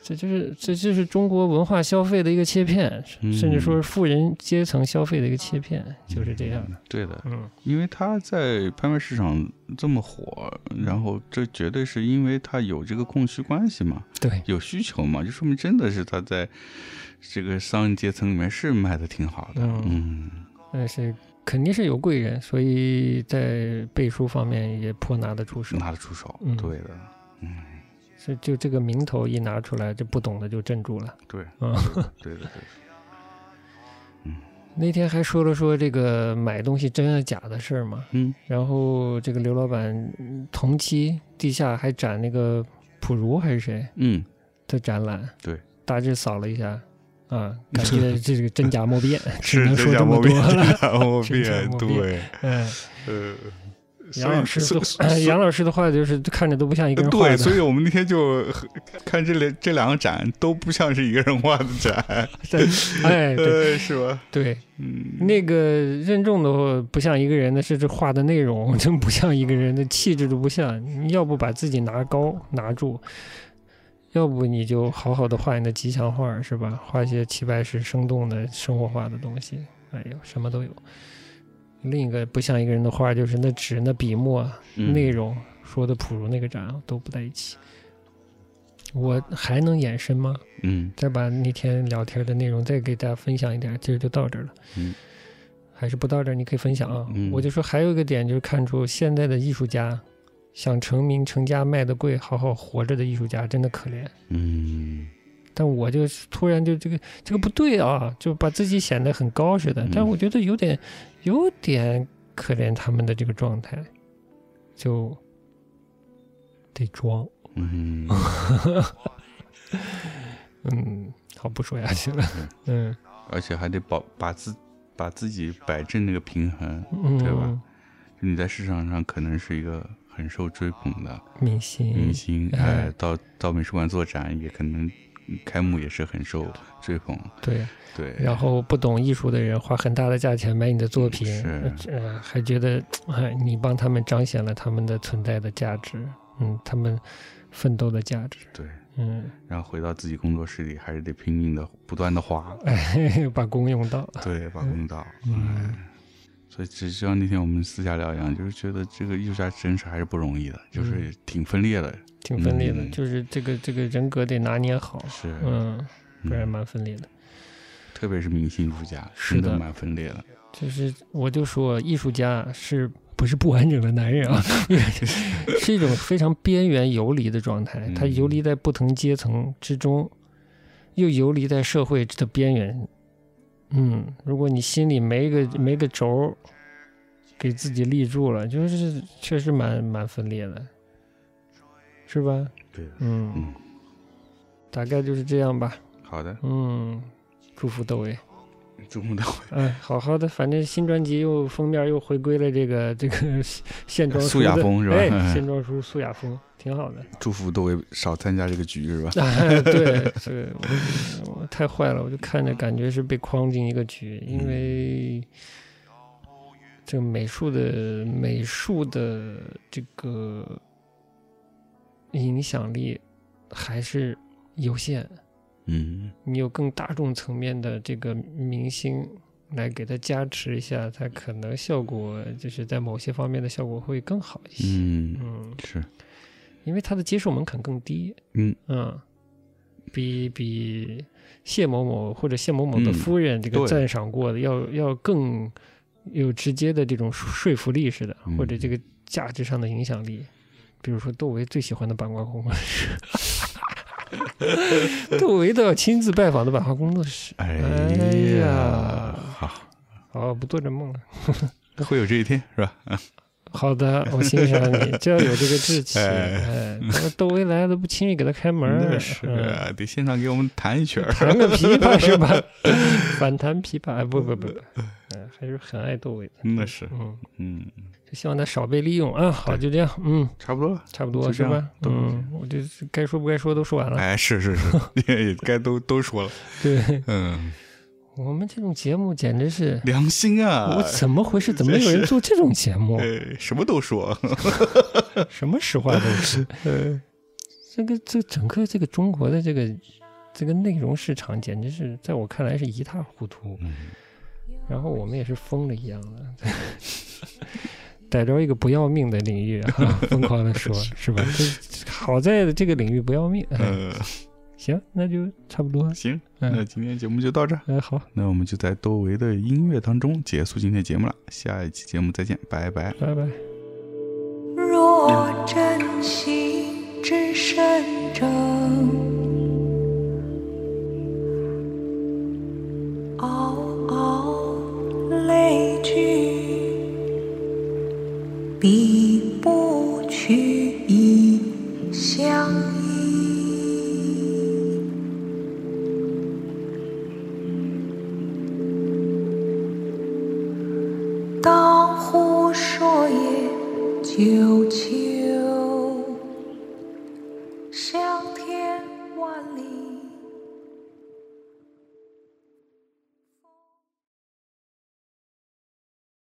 Speaker 2: 这就是这就是中国文化消费的一个切片，
Speaker 1: 嗯
Speaker 2: 甚至说是富人阶层消费的一个切片，就是这样的。
Speaker 1: 对的，
Speaker 2: 嗯
Speaker 1: 因为它在拍卖市场这么火，然后这绝对是因为它有这个供需关系嘛，
Speaker 2: 对，
Speaker 1: 有需求嘛，就说明真的是它在这个商人阶层里面是卖的挺好的。
Speaker 2: 嗯，
Speaker 1: 嗯，
Speaker 2: 但是肯定是有贵人，所以在背书方面也颇拿得出手。
Speaker 1: 拿得出手，
Speaker 2: 嗯
Speaker 1: 对的，
Speaker 2: 是就这个名头一拿出来，这不懂的就镇住了。
Speaker 1: 对，
Speaker 2: 嗯
Speaker 1: 对的，对的。
Speaker 2: 那天还说了说这个买东西真的假的事儿嘛，
Speaker 1: 嗯，
Speaker 2: 然后这个刘老板嗯同期地下还展那个普如还是谁
Speaker 1: 嗯，
Speaker 2: 的展览，
Speaker 1: 对，
Speaker 2: 大致扫了一下， 啊，感觉这个真假莫辨，只能
Speaker 3: 真
Speaker 2: 说
Speaker 3: 假
Speaker 2: 这么
Speaker 3: 莫
Speaker 2: 多
Speaker 3: 辨，
Speaker 2: 了。
Speaker 3: 真假 莫
Speaker 2: 真假
Speaker 3: 辨，
Speaker 2: 莫辨
Speaker 3: 对，
Speaker 2: 嗯，
Speaker 3: 呃，
Speaker 2: 杨老师
Speaker 3: 所以所以
Speaker 2: 的杨老师的话就是看着都不像一个人画
Speaker 3: 对，所
Speaker 2: 的，
Speaker 3: 以我们那天就看这两这两个展都不像是一个人画的 展，
Speaker 2: 哎，对
Speaker 3: 呃，是吧？
Speaker 2: 对，
Speaker 3: 嗯，
Speaker 2: 那个任重的话不像一个人的，甚至画的内容真不像一个人的气质都不像。你要不把自己拿高拿住，要不你就好好的画你的吉祥画，是吧？画一些齐白石生动的生活化的东西。哎呦，什么都有。另一个不像一个人的画，就是那纸、那笔墨、啊
Speaker 1: 嗯
Speaker 2: 内容说的普如那个展都不在一起。我还能延伸吗？
Speaker 1: 嗯
Speaker 2: 再把那天聊天的内容再给大家分享一点，今儿就到这儿了。
Speaker 1: 嗯，
Speaker 2: 还是不到这儿，你可以分享啊。
Speaker 1: 嗯
Speaker 2: 我就说还有一个点就是看出现在的艺术家，想成名成家卖的贵，好好活着的艺术家真的可怜。
Speaker 1: 嗯
Speaker 2: 但我就是突然就这个这个不对啊，就把自己显得很高似的
Speaker 1: 嗯，
Speaker 2: 但我觉得有点有点可怜他们的这个状态，就得装。
Speaker 1: 嗯，
Speaker 2: 嗯，好不说下去了。嗯
Speaker 1: 而且还得保把自把自己摆正那个平衡。
Speaker 2: 嗯，
Speaker 1: 对吧？你在市场上可能是一个很受追捧的
Speaker 2: 明星，
Speaker 1: 明星，
Speaker 2: 嗯
Speaker 1: 哎，到到美术馆做展也可能开幕也是很受追捧，
Speaker 2: 对，
Speaker 1: 对，
Speaker 2: 然后不懂艺术的人花很大的价钱买你的作品，
Speaker 1: 是
Speaker 2: 呃，还觉得哎，你帮他们彰显了他们的存在的价值，嗯，他们奋斗的价值，
Speaker 1: 对，
Speaker 2: 嗯，
Speaker 1: 然后回到自己工作室里还是得拼命的不断的画，
Speaker 2: 哎，把功用到，
Speaker 1: 对，把公道，
Speaker 2: 嗯
Speaker 1: 哎，所以只像那天我们私下聊一样，就是觉得这个艺术家真是还是不容易的，就是挺分裂的，
Speaker 2: 挺分裂的，
Speaker 1: 嗯
Speaker 2: 就是这个这个人格得拿捏好，
Speaker 1: 是，
Speaker 2: 嗯，不然
Speaker 1: 嗯
Speaker 2: 蛮分裂的。
Speaker 1: 特别是明星艺术家，
Speaker 2: 是
Speaker 1: 真的
Speaker 2: 的
Speaker 1: 蛮分裂的，
Speaker 2: 就是我就说，艺术家是不是不完整的男人啊？ 是一种非常边缘游离的状态，他
Speaker 1: 嗯
Speaker 2: 游离在不同阶层之中，又游离在社会的边缘。嗯，如果你心里没个没个轴儿，给自己立住了，就是确实蛮蛮分裂的，是吧？
Speaker 1: 对的，
Speaker 2: 嗯
Speaker 1: 嗯，
Speaker 2: 大概就是这样吧。
Speaker 1: 好的，
Speaker 2: 嗯，祝福窦唯。
Speaker 1: 祝梦到
Speaker 2: 哎，好好的，反正新专辑又封面又回归了这个 这个现装
Speaker 1: 素雅
Speaker 2: 书的
Speaker 1: 风是吧
Speaker 2: 哎，现装书素雅风挺好的。
Speaker 1: 祝福窦唯少参加这个局是吧？
Speaker 2: 哎、对，这个我我太坏了，我就看着感觉是被框进一个局，因为这个美术的美术的这个影响力还是有限。
Speaker 1: 嗯
Speaker 2: 你有更大众层面的这个明星来给他加持一下，他可能效果就是在某些方面的效果会更好一些。
Speaker 1: 嗯，
Speaker 2: 嗯，
Speaker 1: 是，
Speaker 2: 因为他的接受门槛更低。
Speaker 1: 嗯
Speaker 2: 嗯，比比谢某某或者谢某某的
Speaker 1: 嗯
Speaker 2: 夫人这个
Speaker 1: 对
Speaker 2: 赞赏过的要要更有直接的这种说说服力似的，
Speaker 1: 嗯
Speaker 2: 或者这个价值上的影响力。比如说窦唯最喜欢的版画工作室。窦唯都要亲自拜访的版画工作室，
Speaker 1: 哎
Speaker 2: 哎呀
Speaker 1: 好，
Speaker 2: 哦，不做这梦了。
Speaker 1: 会有这一天是吧？
Speaker 2: 好的，我欣赏你，就要有这个志气。
Speaker 3: 哎
Speaker 2: 哎，咱们窦唯来了不轻易给他开门 儿，
Speaker 3: 那是
Speaker 2: 嗯
Speaker 1: 呃
Speaker 3: 啊得现场给我们弹一曲儿，
Speaker 2: 弹个琵琶是吧？ 反弹琵琶，哎，不不不不，嗯，还是很爱窦唯的。
Speaker 1: 那是，
Speaker 2: 嗯，
Speaker 1: 嗯，
Speaker 2: 就希望他少被利用啊。好，就这样，嗯，
Speaker 1: 差不多了。
Speaker 2: 差不多
Speaker 1: 就是这样
Speaker 2: 吧？
Speaker 1: 都
Speaker 2: 嗯，我就是该说不该说都说完了。
Speaker 3: 哎，是是是，也该都都说了，
Speaker 2: 对
Speaker 3: 嗯，
Speaker 2: 我们这种节目简直是，
Speaker 3: 良心啊
Speaker 2: 我，怎么 回事？怎么有人做这种
Speaker 1: 哎
Speaker 2: 节目？
Speaker 3: 呃，什么都说，
Speaker 2: 什么实话都是。这个这整个这个中国的这个这个内容市场，简直是在我看来是一塌糊涂。
Speaker 1: 嗯
Speaker 2: 然后我们也是疯了一样的， 逮着一个不要命的领域啊，疯狂的说，是吧？这好在这个领域不要命。哎
Speaker 1: 呃，
Speaker 2: 行，那就差不多。
Speaker 1: 行，
Speaker 2: 嗯
Speaker 1: 那今天节目就到这儿，
Speaker 2: 哎，好，
Speaker 1: 那我们就在窦唯的音乐当中结束今天节目了，下一期节目再见，拜拜。
Speaker 2: 拜拜。
Speaker 4: 若真心之深正，嗷嗷泪俱，彼不取以相依。当户说也久秋。